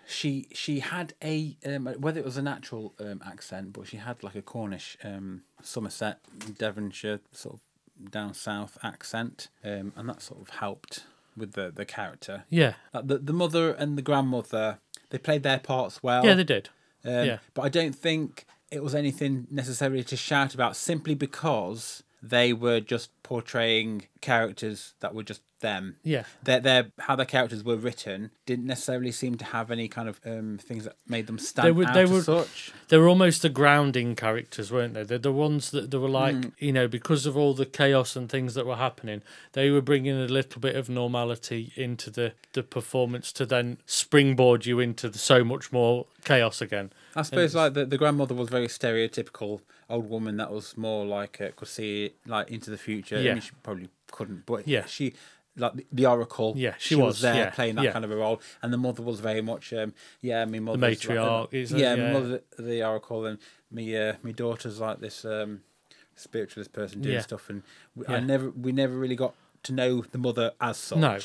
Speaker 1: she she had a um, whether it was a natural um, accent but she had like a cornish um, somerset devonshire sort of down south accent um, and that sort of helped with the, the character
Speaker 2: Yeah.
Speaker 1: like the, the mother and the grandmother they played their parts well
Speaker 2: Yeah, they did.
Speaker 1: um,
Speaker 2: yeah.
Speaker 1: but i don't think it was anything necessarily to shout about simply because they were just portraying characters that were just them
Speaker 2: Yeah.
Speaker 1: their their how their characters were written didn't necessarily seem to have any kind of um, things that made them stand
Speaker 2: They were-
Speaker 1: out
Speaker 2: they
Speaker 1: as
Speaker 2: were-
Speaker 1: such.
Speaker 2: They were almost the grounding characters, weren't they? They're the ones that they were like,
Speaker 1: Mm.
Speaker 2: you know, because of all the chaos and things that were happening, they were bringing a little bit of normality into the, the performance to then springboard you into the, so much more chaos again.
Speaker 1: I suppose like the, the grandmother was very stereotypical old woman that was more like uh, could see like into the future. I
Speaker 2: Yeah.
Speaker 1: mean, she probably couldn't, but
Speaker 2: Yeah.
Speaker 1: she like the, the oracle.
Speaker 2: Yeah, she
Speaker 1: was,
Speaker 2: was,
Speaker 1: there
Speaker 2: yeah,
Speaker 1: playing that
Speaker 2: yeah.
Speaker 1: kind of a role, and the mother was very much um, yeah. I mean, mother's like-
Speaker 2: matriarch, isn't it?
Speaker 1: yeah, my
Speaker 2: Yeah.
Speaker 1: mother the oracle, and me uh, my daughter's like this um, spiritualist person doing
Speaker 2: Yeah.
Speaker 1: stuff, and we,
Speaker 2: Yeah.
Speaker 1: I never we never really got to know the mother as such.
Speaker 2: No,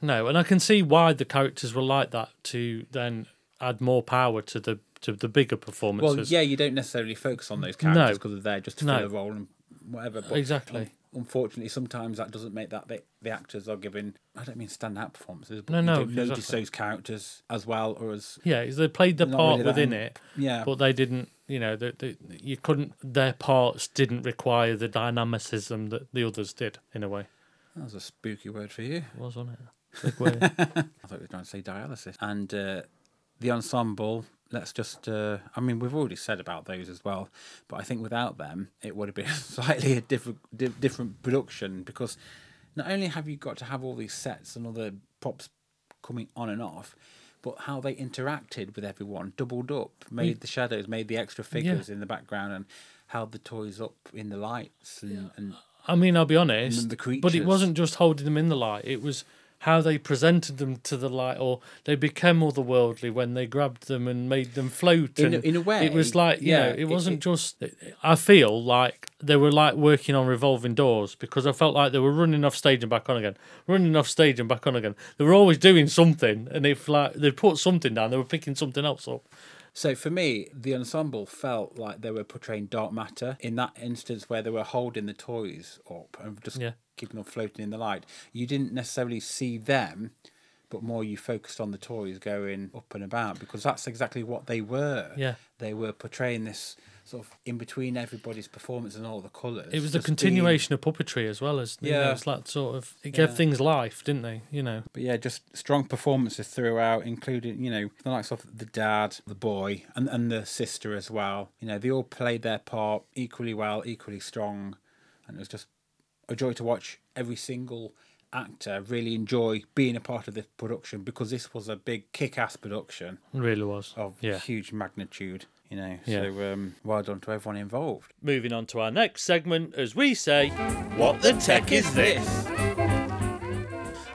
Speaker 2: no, and I can see why the characters were like that to then add more power to the to the bigger performances.
Speaker 1: Well, yeah, you don't necessarily focus on those characters because they're there just to
Speaker 2: No.
Speaker 1: fill a role and whatever. But
Speaker 2: Exactly.
Speaker 1: un- unfortunately, sometimes that doesn't make that they, the actors are given. I don't mean standout performances, but
Speaker 2: No,
Speaker 1: you
Speaker 2: no,
Speaker 1: don't notice
Speaker 2: exactly.
Speaker 1: those characters as well or as
Speaker 2: Yeah, they played their
Speaker 1: Not
Speaker 2: part
Speaker 1: really that
Speaker 2: within
Speaker 1: in-
Speaker 2: it.
Speaker 1: yeah.
Speaker 2: but they didn't. You know, they, they, you couldn't. Their parts didn't require the dynamicism that the others did. In a way,
Speaker 1: that was a spooky word for you.
Speaker 2: it was on it. Big word.
Speaker 1: I thought you were trying to say dialysis and uh, the ensemble. Let's just. Uh, I mean, we've already said about those as well, but I think without them, it would have been [laughs] slightly a different di- different production because not only have you got to have all these sets and other props coming on and off, but how they interacted with everyone doubled up, made the shadows, made the extra figures in the background, and held the toys up in the lights and, and
Speaker 2: I mean, I'll be honest,
Speaker 1: And the
Speaker 2: but
Speaker 1: creatures.
Speaker 2: it wasn't just holding them in the light. It was how they presented them to the light, or they became otherworldly when they grabbed them and made them float.
Speaker 1: In a-
Speaker 2: and
Speaker 1: in a way,
Speaker 2: it was like you
Speaker 1: yeah,
Speaker 2: know, it
Speaker 1: it-
Speaker 2: wasn't
Speaker 1: it-
Speaker 2: just. I feel like they were like working on revolving doors because I felt like they were running off stage and back on again, running off stage and back on again. They were always doing something, and if like they put something down, they were picking something else up.
Speaker 1: So for me, the ensemble felt like they were portraying dark matter in that instance where they were holding the toys up and just
Speaker 2: Yeah.
Speaker 1: keeping them floating in the light. You didn't necessarily see them, but more you focused on the toys going up and about because that's exactly what they were.
Speaker 2: Yeah.
Speaker 1: They were portraying this sort of in between everybody's performance and all the colours.
Speaker 2: It was the
Speaker 1: just being-
Speaker 2: continuation of puppetry as well as you know,
Speaker 1: Yeah.
Speaker 2: it's that sort of it gave things life, didn't they? You know.
Speaker 1: But yeah, just strong performances throughout, including, you know, the likes of the dad, the boy, and, and the sister as well. You know, they all played their part equally well, equally strong. And it was just a joy to watch every single actor really enjoy being a part of this production because this was a big kick-ass production
Speaker 3: really was.
Speaker 1: of
Speaker 3: yeah.
Speaker 1: huge magnitude. You know,
Speaker 3: Yeah.
Speaker 1: so um, well done to everyone involved.
Speaker 2: Moving on to our next segment, as we say,
Speaker 4: What the tech is this?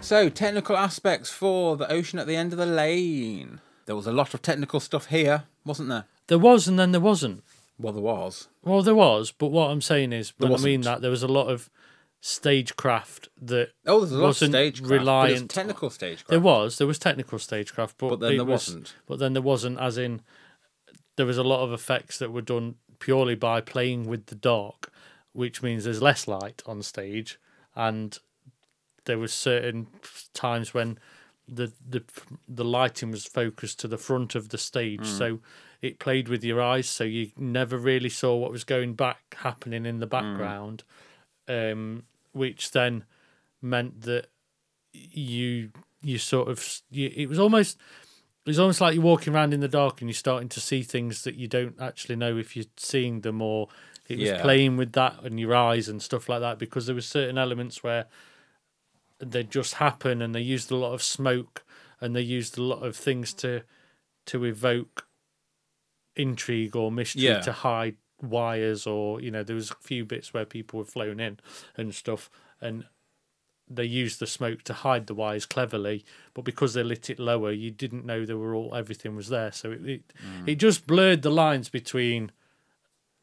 Speaker 1: So, technical aspects for the ocean at the end of the lane. There was a lot of technical stuff here, wasn't there?
Speaker 2: there was and then there wasn't.
Speaker 1: Well, there was.
Speaker 2: Well, there was, but what I'm saying is, when I mean
Speaker 1: wasn't.
Speaker 2: that, there was a lot of stagecraft that
Speaker 1: Oh, there's a lot
Speaker 2: wasn't
Speaker 1: of stagecraft. but it's
Speaker 2: reliant.
Speaker 1: technical stagecraft.
Speaker 2: There was, there was technical stagecraft, but,
Speaker 1: But then
Speaker 2: it
Speaker 1: there
Speaker 2: was-
Speaker 1: wasn't.
Speaker 2: But then there wasn't, as in, there was a lot of effects that were done purely by playing with the dark, which means there's less light on stage, and there was certain times when the the the lighting was focused to the front of the stage,
Speaker 1: Hmm.
Speaker 2: so it played with your eyes, so you never really saw what was going back happening
Speaker 1: Hmm.
Speaker 2: in the background, um, which then meant that you you sort of s- you, it was almost it was almost like you're walking around in the dark and you're starting to see things that you don't actually know if you're seeing them or it was
Speaker 1: Yeah.
Speaker 2: playing with that and your eyes and stuff like that because there were certain elements where they just happen and they used a lot of smoke and they used a lot of things to to evoke intrigue or mystery
Speaker 1: Yeah.
Speaker 2: to hide wires or you know there was a few bits where people were flown in and stuff and they used the smoke to hide the wires cleverly but because they lit it lower you didn't know they were all everything was there so it it, it just blurred the lines between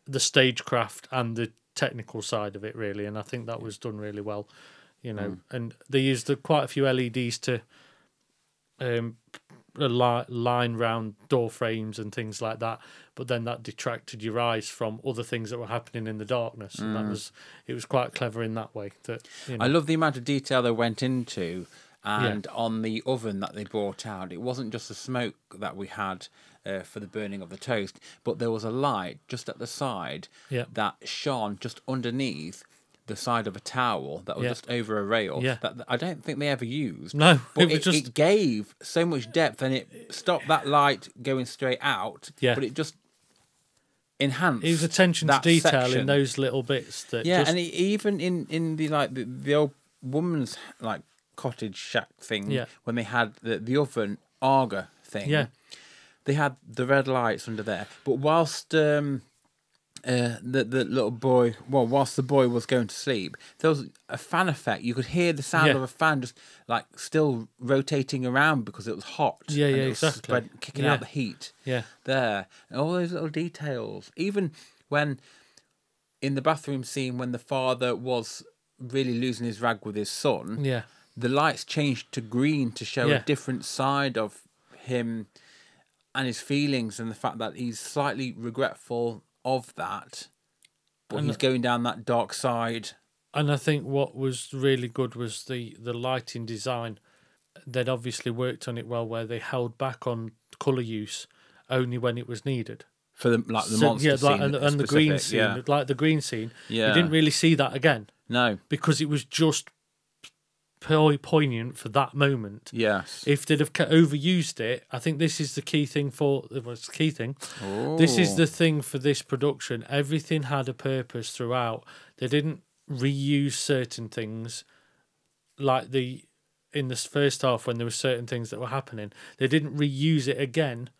Speaker 2: the stagecraft and the technical side of it really and i think that was done really well you
Speaker 1: Mm.
Speaker 2: know and they used the, quite a few leds to um a li- line round door frames and things like that but then that detracted your eyes from other things that were happening in the darkness and that was it was quite clever in that way that you know,
Speaker 1: Mm. I love the amount of detail they went into. And on the oven that they brought out, it wasn't just the smoke that we had uh, for the burning of the toast, but there was a light just at the side
Speaker 2: Yeah.
Speaker 1: that shone just underneath the side of a towel that was
Speaker 2: Yeah.
Speaker 1: just over a rail
Speaker 2: Yeah.
Speaker 1: that I don't think they ever used.
Speaker 2: No, [laughs]
Speaker 1: but
Speaker 2: it
Speaker 1: it,
Speaker 2: was
Speaker 1: it
Speaker 2: just-
Speaker 1: gave so much depth and it stopped that light going straight out.
Speaker 2: Yeah.
Speaker 1: but it just enhanced.
Speaker 2: it was attention to
Speaker 1: that
Speaker 2: detail in
Speaker 1: section.
Speaker 2: those little bits that
Speaker 1: Yeah,
Speaker 2: just,
Speaker 1: and e- even in in the like the, the old woman's like cottage shack thing,
Speaker 2: Yeah.
Speaker 1: when they had the the oven Arga thing,
Speaker 2: Yeah.
Speaker 1: they had the red lights under there. But whilst um, uh, the the little boy, well, whilst the boy was going to sleep, there was a fan effect. You could hear the sound
Speaker 2: Yeah.
Speaker 1: of a fan just like still rotating around because it was hot.
Speaker 2: Yeah,
Speaker 1: and
Speaker 2: yeah,
Speaker 1: it was
Speaker 2: exactly.
Speaker 1: kicking
Speaker 2: Yeah.
Speaker 1: out the heat
Speaker 2: yeah
Speaker 1: there and all those little details even when in the bathroom scene when the father was really losing his rag with his son
Speaker 2: yeah
Speaker 1: the lights changed to green to show
Speaker 2: Yeah.
Speaker 1: a different side of him and his feelings and the fact that he's slightly regretful of that but he's going down that dark side
Speaker 2: and I think what was really good was the the lighting design. They'd obviously worked on it well, where they held back on color use only when it was needed.
Speaker 1: for the like the
Speaker 2: So,
Speaker 1: monster
Speaker 2: yeah, like,
Speaker 1: scene
Speaker 2: and, and the green
Speaker 1: specific,
Speaker 2: scene,
Speaker 1: yeah.
Speaker 2: like the green scene.
Speaker 1: Yeah.
Speaker 2: you didn't really see that again
Speaker 1: no
Speaker 2: because it was just purely poignant for that moment.
Speaker 1: yes
Speaker 2: If they'd have ca- overused it, I think this is the key thing for well, it's the key thing. This
Speaker 1: Oh.
Speaker 2: is the thing for this production. Everything had a purpose throughout. They didn't reuse certain things, like the in this first half when there were certain things that were happening. They didn't reuse it again,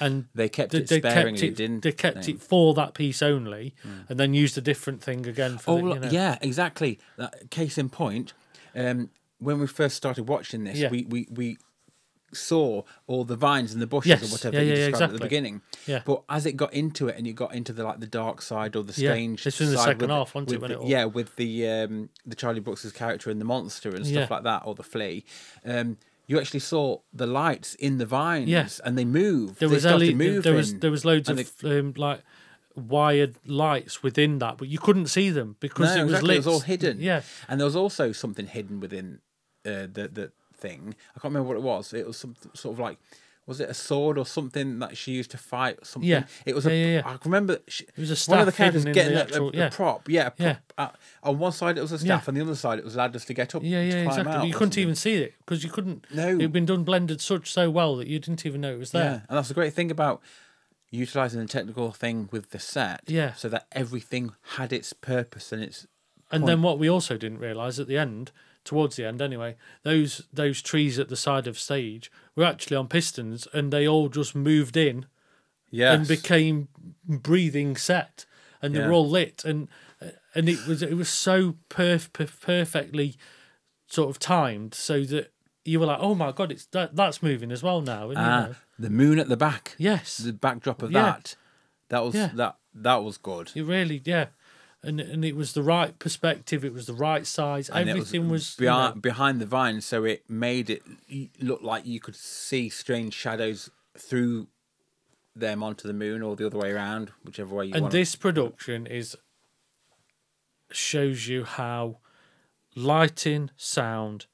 Speaker 2: and
Speaker 1: they kept
Speaker 2: they,
Speaker 1: it
Speaker 2: they
Speaker 1: sparingly
Speaker 2: kept it.
Speaker 1: didn't Hmm.
Speaker 2: they kept it for that piece only, and then used a different thing again for.
Speaker 1: Oh,
Speaker 2: the, you
Speaker 1: look,
Speaker 2: know.
Speaker 1: yeah, exactly. That, case in point, um, when we first started watching this,
Speaker 2: Yeah.
Speaker 1: we, we, we saw all the vines and the bushes
Speaker 2: Yes.
Speaker 1: or whatever
Speaker 2: Yeah,
Speaker 1: you
Speaker 2: yeah, yeah,
Speaker 1: described at the
Speaker 2: exactly.
Speaker 1: beginning.
Speaker 2: Yeah.
Speaker 1: But as it got into it and you got into the like the dark side or the
Speaker 2: Yeah,
Speaker 1: strange
Speaker 2: this was in the
Speaker 1: side
Speaker 2: second
Speaker 1: with
Speaker 2: half, wasn't it,
Speaker 1: with
Speaker 2: when
Speaker 1: the-
Speaker 2: it all-
Speaker 1: Yeah, with the um, the Charlie Brooks's character and the monster and stuff
Speaker 2: Yeah.
Speaker 1: like that, or the flea. Um, you actually saw the lights in the vines
Speaker 2: Yeah.
Speaker 1: and they moved.
Speaker 2: there
Speaker 1: they
Speaker 2: was
Speaker 1: started
Speaker 2: LED,
Speaker 1: moving.
Speaker 2: there was there was loads
Speaker 1: and
Speaker 2: of um, like wired lights within that, but you couldn't see them because
Speaker 1: No,
Speaker 2: it was
Speaker 1: exactly.
Speaker 2: lit.
Speaker 1: It was all hidden.
Speaker 2: Yeah,
Speaker 1: and there was also something hidden within uh, the the thing. I can't remember what it was. It was some sort of like, was it a sword or something that she used to fight something?
Speaker 2: Yeah.
Speaker 1: it was.
Speaker 2: Yeah,
Speaker 1: a,
Speaker 2: yeah, yeah.
Speaker 1: I can remember she, it
Speaker 2: was a
Speaker 1: one of the
Speaker 2: staff hidden
Speaker 1: characters
Speaker 2: in
Speaker 1: getting
Speaker 2: the
Speaker 1: a-
Speaker 2: actual-
Speaker 1: a, a
Speaker 2: yeah.
Speaker 1: prop. Yeah, a
Speaker 2: Yeah.
Speaker 1: prop, uh, on one side it was a staff,
Speaker 2: Yeah.
Speaker 1: and the other side it was ladders to get up.
Speaker 2: yeah,
Speaker 1: to
Speaker 2: yeah,
Speaker 1: climb
Speaker 2: exactly.
Speaker 1: out
Speaker 2: But you
Speaker 1: or
Speaker 2: couldn't
Speaker 1: something.
Speaker 2: even see it because you couldn't.
Speaker 1: No.
Speaker 2: it'd been done blended such so well that you didn't even know it was
Speaker 1: Yeah,
Speaker 2: there.
Speaker 1: and that's the great thing about utilizing the technical thing with the set.
Speaker 2: Yeah.
Speaker 1: so that everything had its purpose and its
Speaker 2: and then what we also didn't realize at the end, towards the end anyway, those those trees at the side of stage were actually on pistons and they all just moved in and
Speaker 1: Yes.
Speaker 2: became breathing set and they
Speaker 1: Yeah.
Speaker 2: were all lit and and it was it was so perf- perf- perfectly sort of timed so that you were like oh my god it's that that's moving as well now and, you
Speaker 1: Ah,
Speaker 2: know.
Speaker 1: the moon at the back.
Speaker 2: yes
Speaker 1: The backdrop of
Speaker 2: Yeah.
Speaker 1: that. That was
Speaker 2: Yeah.
Speaker 1: that that was good.
Speaker 2: it really yeah and and it was the right perspective it was the right size
Speaker 1: And it
Speaker 2: everything was, you know,
Speaker 1: behind, behind the vine, so it made it y- look like you could see strange shadows through them onto the moon, or the other way around, whichever way you
Speaker 2: and
Speaker 1: want.
Speaker 2: this production is shows you how lighting sound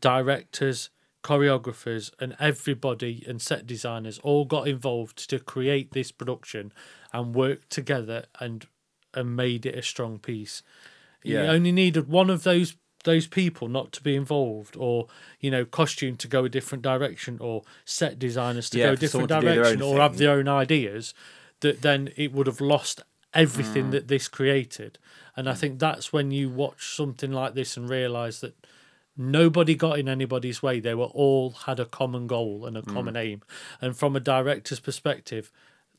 Speaker 2: directors choreographers and everybody and set designers all got involved to create this production and worked together and and made it a strong piece
Speaker 1: Yeah.
Speaker 2: you only needed one of those those people not to be involved or you know costume to go a different direction or set designers to
Speaker 1: Yeah,
Speaker 2: go a
Speaker 1: for someone
Speaker 2: different
Speaker 1: to do their
Speaker 2: direction
Speaker 1: own
Speaker 2: or have
Speaker 1: thing.
Speaker 2: the their own ideas, that then it would have lost everything
Speaker 1: Mm.
Speaker 2: that this created. And I think that's when you watch something like this and realize that nobody got in anybody's way. They were all had a common goal and a
Speaker 1: Mm.
Speaker 2: common aim. And from a director's perspective,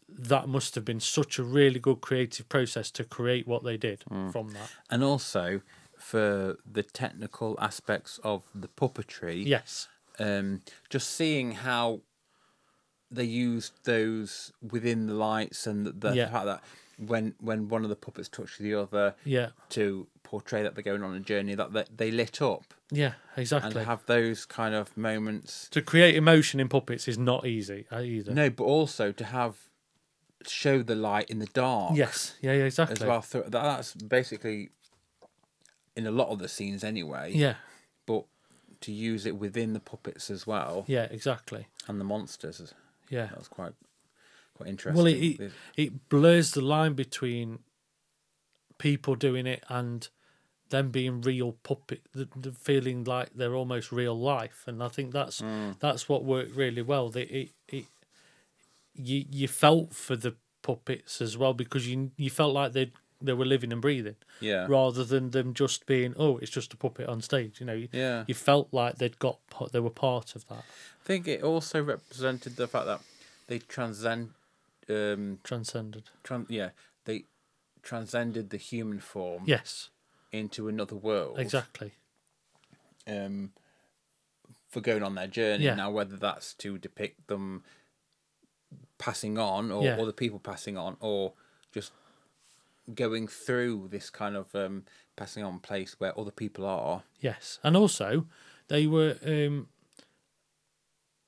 Speaker 2: that must have been such a really good creative process to create what they did
Speaker 1: Mm.
Speaker 2: from that.
Speaker 1: and also for the technical aspects of the puppetry.
Speaker 2: Yes.
Speaker 1: um, just seeing how they used those within the lights and the, the
Speaker 2: Yeah.
Speaker 1: fact that when when one of the puppets touched the other
Speaker 2: Yeah.
Speaker 1: to portray that they're going on a journey that they, they lit up
Speaker 2: Yeah,
Speaker 1: and
Speaker 2: exactly.
Speaker 1: have those kind of moments
Speaker 2: to create emotion in puppets is not easy uh, either.
Speaker 1: no but also to have show the light in the dark
Speaker 2: Yes. Yeah, yeah, exactly.
Speaker 1: as well through, that, that's basically in a lot of the scenes anyway
Speaker 2: Yeah.
Speaker 1: but to use it within the puppets as well
Speaker 2: Yeah, exactly.
Speaker 1: and the monsters
Speaker 2: Yeah.
Speaker 1: That was quite quite interesting.
Speaker 2: Well, it, it
Speaker 1: The-
Speaker 2: it blurs the line between people doing it and them being real puppet, the, the feeling like they're almost real life, and I think that's
Speaker 1: Mm.
Speaker 2: that's what worked really well. That it, it you you felt for the puppets as well because you you felt like they they were living and breathing
Speaker 1: yeah,
Speaker 2: rather than them just being oh it's just a puppet on stage. You know, you,
Speaker 1: yeah.
Speaker 2: you felt like they'd got part- they were part of that
Speaker 1: I think it also represented the fact that they transcend, um,
Speaker 2: transcended.
Speaker 1: tran- yeah, they transcended the human form
Speaker 2: Yes,
Speaker 1: into another world.
Speaker 2: exactly.
Speaker 1: Um, for going on their journey
Speaker 2: Yeah.
Speaker 1: now, whether that's to depict them passing on, or
Speaker 2: Yeah.
Speaker 1: other people passing on, or just going through this kind of um, passing on place where other people are.
Speaker 2: Yes, and also they were. Um,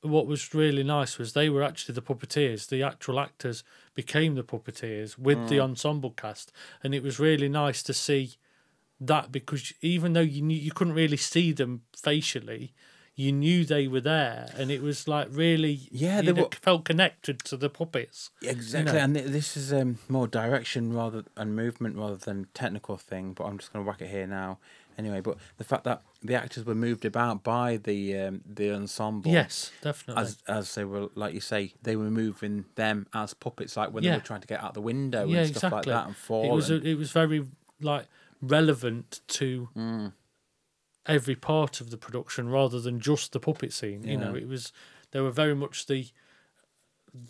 Speaker 2: what was really nice was they were actually the puppeteers. The actual actors became the puppeteers with the
Speaker 1: Mm.
Speaker 2: ensemble cast, and it was really nice to see that because even though you knew you couldn't really see them facially, you knew they were there, and it was like really
Speaker 1: Yeah,
Speaker 2: you
Speaker 1: they
Speaker 2: know,
Speaker 1: were-
Speaker 2: felt connected to the puppets.
Speaker 1: Exactly, and th- this is um, more direction rather and movement rather than technical thing. But I'm just going to whack it here now, anyway. But the fact that the actors were moved about by the um, the ensemble,
Speaker 2: Yes, definitely.
Speaker 1: as as they were, like you say, they were moving them as puppets, like when they
Speaker 2: Yeah.
Speaker 1: were trying to get out the window
Speaker 2: yeah,
Speaker 1: and stuff
Speaker 2: exactly.
Speaker 1: like that, and falling.
Speaker 2: It was a, it was very like relevant to
Speaker 1: Mm.
Speaker 2: every part of the production rather than just the puppet scene. You know,
Speaker 1: Yeah.
Speaker 2: it was they were very much the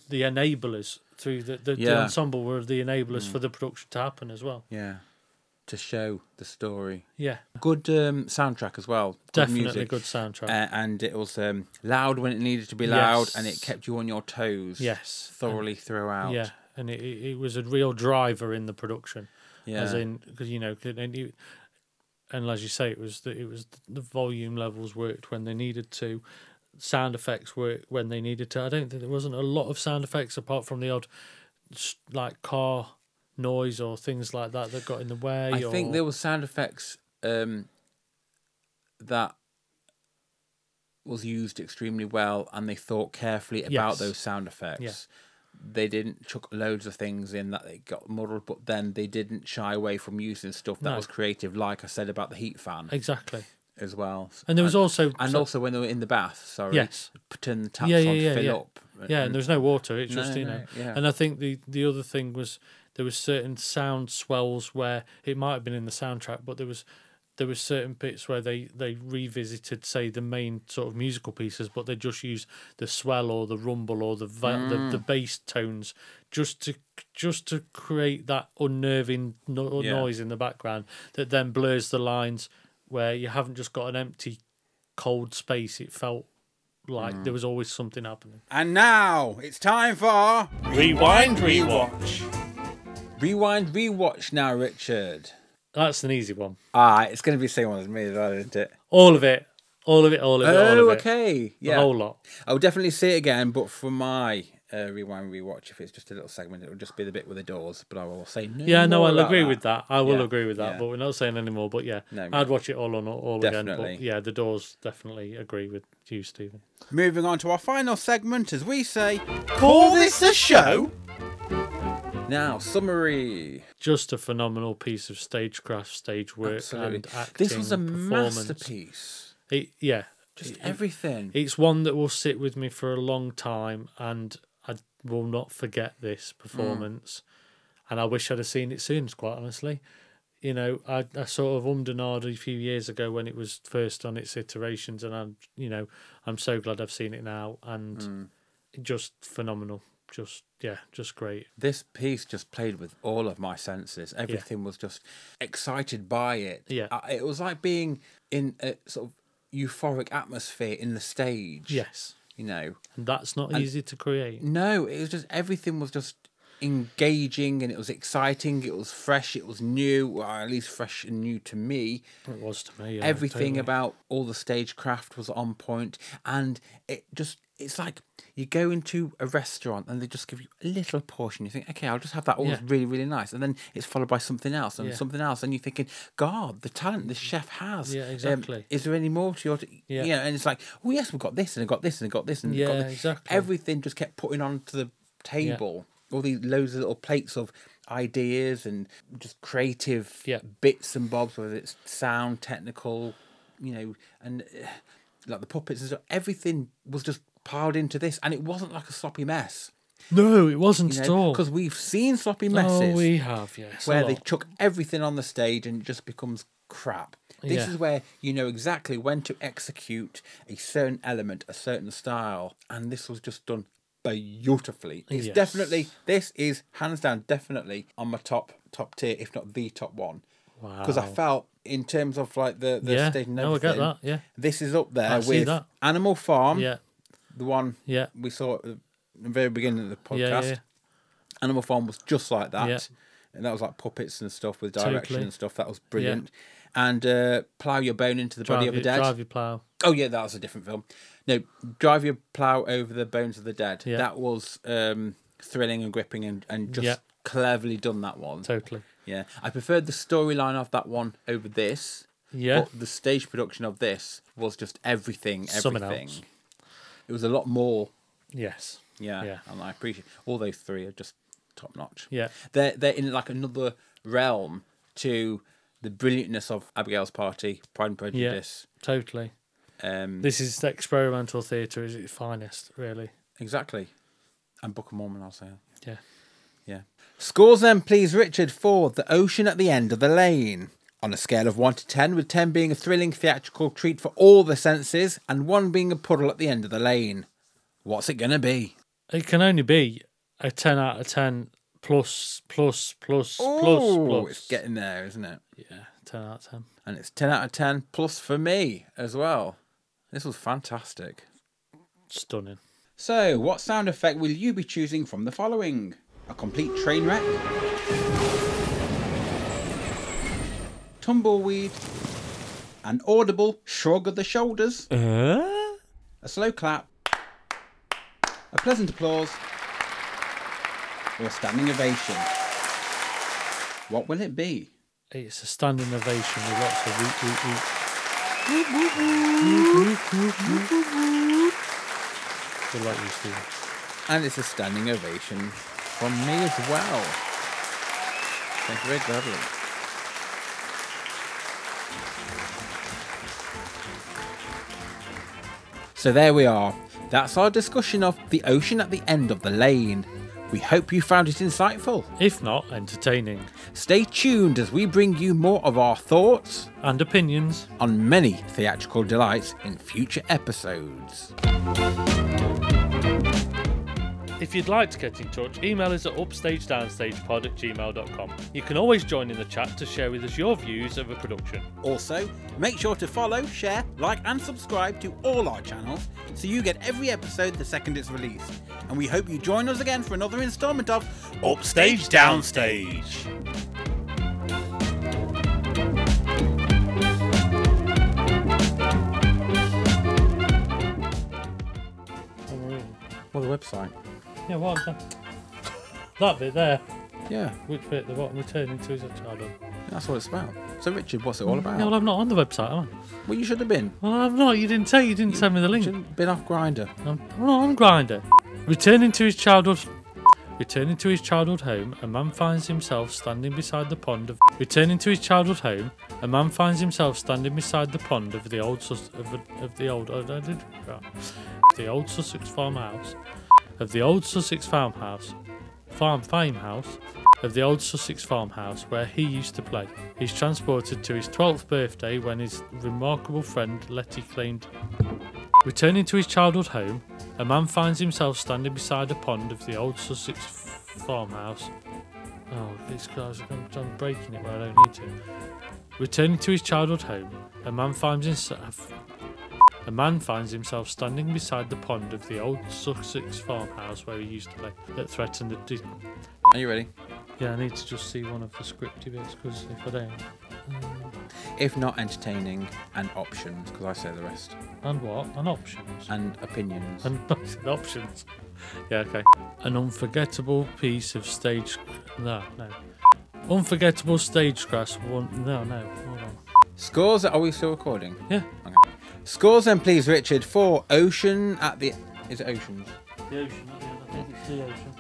Speaker 2: the enablers through the the, the
Speaker 1: Yeah. Mm.
Speaker 2: ensemble were the enablers for the production to happen as well.
Speaker 1: yeah, to show the story.
Speaker 2: Yeah,
Speaker 1: Good um, soundtrack as well. Good
Speaker 2: definitely
Speaker 1: music.
Speaker 2: good soundtrack.
Speaker 1: Uh, and it was um, loud when it needed to be loud, and it
Speaker 2: Yes.
Speaker 1: kept you on your toes.
Speaker 2: Yes.
Speaker 1: thoroughly throughout.
Speaker 2: yeah, and it, it it was a real driver in the production.
Speaker 1: yeah.
Speaker 2: as in because you know 'cause- and, you, and as you say it was the, it was the volume levels worked when they needed to sound effects worked when they needed to i don't think there wasn't a lot of sound effects apart from the odd s- like car noise or things like that that got in the way
Speaker 1: I
Speaker 2: or,
Speaker 1: think there were sound effects um, that was used extremely well, and they thought carefully about
Speaker 2: Yes.
Speaker 1: those sound effects. They didn't chuck loads of things in that they got muddled, but then they didn't shy away from using stuff that
Speaker 2: No.
Speaker 1: was creative, like I said about the heat fan
Speaker 2: exactly
Speaker 1: as well. S-
Speaker 2: and there was also
Speaker 1: and
Speaker 2: so-
Speaker 1: also when they were in the bath, sorry,
Speaker 2: Yes.
Speaker 1: p- turn the taps
Speaker 2: Yeah, yeah,
Speaker 1: on to
Speaker 2: yeah,
Speaker 1: fill
Speaker 2: yeah.
Speaker 1: up. Mm.
Speaker 2: yeah and there was no water it's
Speaker 1: No,
Speaker 2: just you
Speaker 1: no,
Speaker 2: know
Speaker 1: yeah.
Speaker 2: and i think the the other thing was there was certain sound swells where it might have been in the soundtrack but there was there were certain bits where they they revisited say the main sort of musical pieces but they just used the swell or the rumble or the va-
Speaker 1: Mm.
Speaker 2: the, the bass tones just to just to create that unnerving no-
Speaker 1: Yeah.
Speaker 2: noise in the background that then blurs the lines where you haven't just got an empty cold space it felt like
Speaker 1: Mm.
Speaker 2: there was always something happening
Speaker 1: And now it's time for
Speaker 4: Rewind, rewatch.
Speaker 1: Rewind Rewatch now, Richard.
Speaker 2: that's an easy one
Speaker 1: Ah, it's going to be the same one as me, as well, isn't it?
Speaker 2: all of it all of it all of it all
Speaker 1: Oh,
Speaker 2: of it
Speaker 1: okay.
Speaker 2: the
Speaker 1: Yeah.
Speaker 2: whole lot
Speaker 1: I'll definitely see it again, but for my uh, rewind rewatch, if it's just a little segment, it'll just be the bit with the doors. But I will say no.
Speaker 2: Yeah, no,
Speaker 1: more
Speaker 2: I'll
Speaker 1: about
Speaker 2: agree with that. I will
Speaker 1: Yeah,
Speaker 2: agree with that.
Speaker 1: yeah.
Speaker 2: But we're not saying anymore. But yeah,
Speaker 1: No.
Speaker 2: I'd watch it all on all again. But
Speaker 1: Definitely.
Speaker 2: yeah, the Doors definitely agree with you, Stephen.
Speaker 1: Moving on to our final segment, as we say,
Speaker 4: Call this a show?
Speaker 1: now summary.
Speaker 2: Just a phenomenal piece of stagecraft, stage work,
Speaker 1: Absolutely,
Speaker 2: and acting.
Speaker 1: this was a
Speaker 2: performance.
Speaker 1: masterpiece.
Speaker 2: It, yeah,
Speaker 1: Just everything.
Speaker 2: it's one that will sit with me for a long time, and I will not forget
Speaker 1: Mm.
Speaker 2: this performance. And I wish I'd have seen it soon. Quite honestly, you know, I, I sort of ummed and ahed a few years ago when it was first on its iterations, and I'm, you know, I'm so glad I've seen it now, and
Speaker 1: Mm.
Speaker 2: just phenomenal, just yeah, just great.
Speaker 1: this piece just played with all of my senses. Everything was just excited by it.
Speaker 2: Yeah.
Speaker 1: I- it was like being in a sort of euphoric atmosphere in the stage.
Speaker 2: Yes,
Speaker 1: you know.
Speaker 2: and that's not easy to create.
Speaker 1: No, it was just everything was just engaging and it was exciting. It was fresh. It was new, or at least fresh and new to me.
Speaker 2: It was to me yeah,
Speaker 1: Everything
Speaker 2: totally.
Speaker 1: about all the stagecraft was on point, and it just. It's like you go into a restaurant and they just give you a little portion. You think, okay, I'll just have that. Oh, it's
Speaker 2: Yeah.
Speaker 1: really, really nice. And then it's followed by something else and
Speaker 2: Yeah.
Speaker 1: something else. And you're thinking, God, the talent this chef has.
Speaker 2: Yeah,
Speaker 1: Um,
Speaker 2: exactly.
Speaker 1: is there any more to your. T-?
Speaker 2: Yeah.
Speaker 1: You know, and it's like, oh, yes, we've got this and we've got this and we've got this and we've got
Speaker 2: Yeah,
Speaker 1: this.
Speaker 2: exactly.
Speaker 1: Everything just kept putting onto the table. All these loads of little plates of ideas and just creative
Speaker 2: Yeah.
Speaker 1: bits and bobs, whether it's sound, technical, you know, and uh, like the puppets and stuff. Everything was just piled into this, and it wasn't like a sloppy mess.
Speaker 2: no, it wasn't
Speaker 1: You
Speaker 2: at
Speaker 1: know,
Speaker 2: all.
Speaker 1: because we've seen sloppy
Speaker 2: Oh,
Speaker 1: messes
Speaker 2: we have yes, a
Speaker 1: where they
Speaker 2: lot.
Speaker 1: chuck everything on the stage and it just becomes crap. This
Speaker 2: Yeah.
Speaker 1: is where you know exactly when to execute a certain element, a certain style, and this was just done beautifully. It's
Speaker 2: Yes.
Speaker 1: definitely this is hands down definitely on my top top tier, if not the top one. Because I
Speaker 2: Wow.
Speaker 1: felt in terms of like the, the
Speaker 2: Yeah,
Speaker 1: stage and
Speaker 2: no, I
Speaker 1: everything,
Speaker 2: get that, yeah.
Speaker 1: this is up there
Speaker 2: I see
Speaker 1: with
Speaker 2: that.
Speaker 1: Animal Farm,
Speaker 2: yeah,
Speaker 1: the one
Speaker 2: yeah,
Speaker 1: we saw at Mm. the very beginning of the podcast.
Speaker 2: yeah, yeah, yeah.
Speaker 1: Animal Farm was just like that.
Speaker 2: Yeah.
Speaker 1: And that was like puppets and stuff with direction
Speaker 2: Totally.
Speaker 1: and stuff. That was brilliant. And uh, Plough Your Bone into the Body
Speaker 2: Drive
Speaker 1: of the
Speaker 2: your,
Speaker 1: Dead.
Speaker 2: drive your plough.
Speaker 1: Oh, yeah, that was a different film. No, Drive Your Plough Over the Bones of the Dead.
Speaker 2: Yeah.
Speaker 1: That was um, thrilling and gripping and, and just
Speaker 2: Yeah.
Speaker 1: cleverly done, that one.
Speaker 2: Totally.
Speaker 1: yeah. I preferred the storyline of that one over this.
Speaker 2: Yeah.
Speaker 1: But the stage production of this was just everything,
Speaker 2: Something
Speaker 1: everything.
Speaker 2: else.
Speaker 1: It was a lot more
Speaker 2: Yes.
Speaker 1: yeah,
Speaker 2: Yeah.
Speaker 1: and I appreciate all those three are just top notch.
Speaker 2: Yeah.
Speaker 1: they're they're in like another realm to the brilliantness of Abigail's Party, Pride and Prejudice.
Speaker 2: Totally.
Speaker 1: Um,
Speaker 2: This is experimental theatre is its finest, really.
Speaker 1: exactly, and Book of Mormon. I'll say,
Speaker 2: Yeah.
Speaker 1: yeah. Scores then, please, Richard, for the ocean at the end of the lane. On a scale of one to ten, with ten being a thrilling theatrical treat for all the senses, and one being a puddle at the end of the lane. What's it gonna be?
Speaker 2: It can only be a 10 out of 10 plus, plus, plus, plus,
Speaker 1: Ooh,
Speaker 2: plus.
Speaker 1: it's getting there, isn't it?
Speaker 2: yeah, 10 out of 10.
Speaker 1: and it's 10 out of 10 plus for me as well. This was fantastic.
Speaker 2: Stunning.
Speaker 1: So, what sound effect will you be choosing from the following? A complete train wreck, tumbleweed, an audible shrug of the shoulders, Uh? a slow clap, a pleasant applause, or a standing ovation. What will it be?
Speaker 2: It's a standing ovation with lots of whoop, whoop, whoop. Good luck, you, Stephen.
Speaker 1: And it's a standing ovation from me as well. Thank you very gladly. So there we are. That's our discussion of The Ocean at the End of the Lane. We hope you found it insightful.
Speaker 2: if not entertaining,
Speaker 1: Stay tuned as we bring you more of our thoughts
Speaker 2: and opinions.
Speaker 1: on many theatrical delights in future episodes.
Speaker 2: If you'd like to get in touch, email us at upstagedownstagepod at gmail.com. You can always join in the chat to share with us your views of a production.
Speaker 1: Also, make sure to follow, share, like, and subscribe to all our channels so you get every episode the second it's released. And we hope you join us again for another instalment of
Speaker 5: Upstage, downstage.
Speaker 1: Well, the website.
Speaker 2: Yeah, what I'm saying. That bit there,
Speaker 1: Yeah,
Speaker 2: which bit at the bottom, returning to his child.
Speaker 1: that's what it's about. So, Richard, what's it all about?
Speaker 2: Yeah, well, I'm not on the website, am I?
Speaker 1: well, you should have been.
Speaker 2: Well, I'm not. You didn't tell. You didn't send me the link.
Speaker 1: Shouldn't have been off grinder.
Speaker 2: I'm, I'm not Um, on Grinder. Returning to his childhood, returning to his childhood home, a man finds himself standing beside the pond of. Returning to his childhood home, a man finds himself standing beside the pond of the old Sus, of, of the old oh, I did- right. the old Sussex farmhouse, of the old Sussex farmhouse, farm farmhouse. Of the old Sussex farmhouse where he used to play. He's transported to his 12th birthday when his remarkable friend Letty claimed Returning to his childhood home, a man finds himself standing beside a pond of the old Sussex f- farmhouse. Oh, these guys are going I'm breaking it where I don't need to. Returning to his childhood home, a man finds himself a man finds himself standing beside the pond of the old Sussex farmhouse where he used to play that threatened the. De-
Speaker 1: Are you ready?
Speaker 2: yeah, I need to just see one of the scripty bits because if I don't,
Speaker 1: If not entertaining, and options, because I say the rest,
Speaker 2: and what? And options.
Speaker 1: and opinions.
Speaker 2: and [laughs] both options. Yeah, okay. An unforgettable piece of stage. No, no. Unforgettable stage crash. One. No, no. Hold on.
Speaker 1: Scores, are we still recording?
Speaker 2: Yeah.
Speaker 1: Okay. Scores then, please, Richard, for Ocean at the. Is it Oceans?
Speaker 2: The ocean. I think it's the ocean.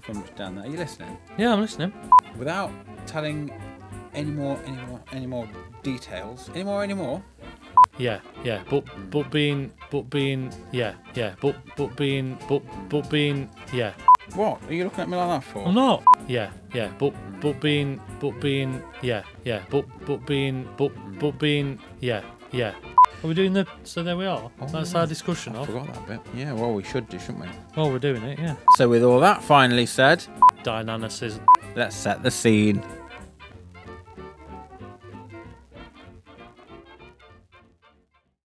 Speaker 1: From much down there. Are you listening?
Speaker 2: Yeah, I'm listening.
Speaker 1: Without telling any more, any more, any more details, any more, any more.
Speaker 2: Yeah, yeah. But but being but being yeah yeah. But but being but but being yeah.
Speaker 1: What are you looking at me like that for?
Speaker 2: I'm not. Yeah, yeah. But but being but being yeah yeah. But but being but but being yeah yeah. Oh. Are we doing the? So there we are. That's our discussion
Speaker 1: I
Speaker 2: of.
Speaker 1: forgot that bit. Yeah, well, we should do, shouldn't we?
Speaker 2: Well, we're doing it. Yeah.
Speaker 1: So, with all that finally said,
Speaker 2: Dynanus is
Speaker 1: let's set the scene.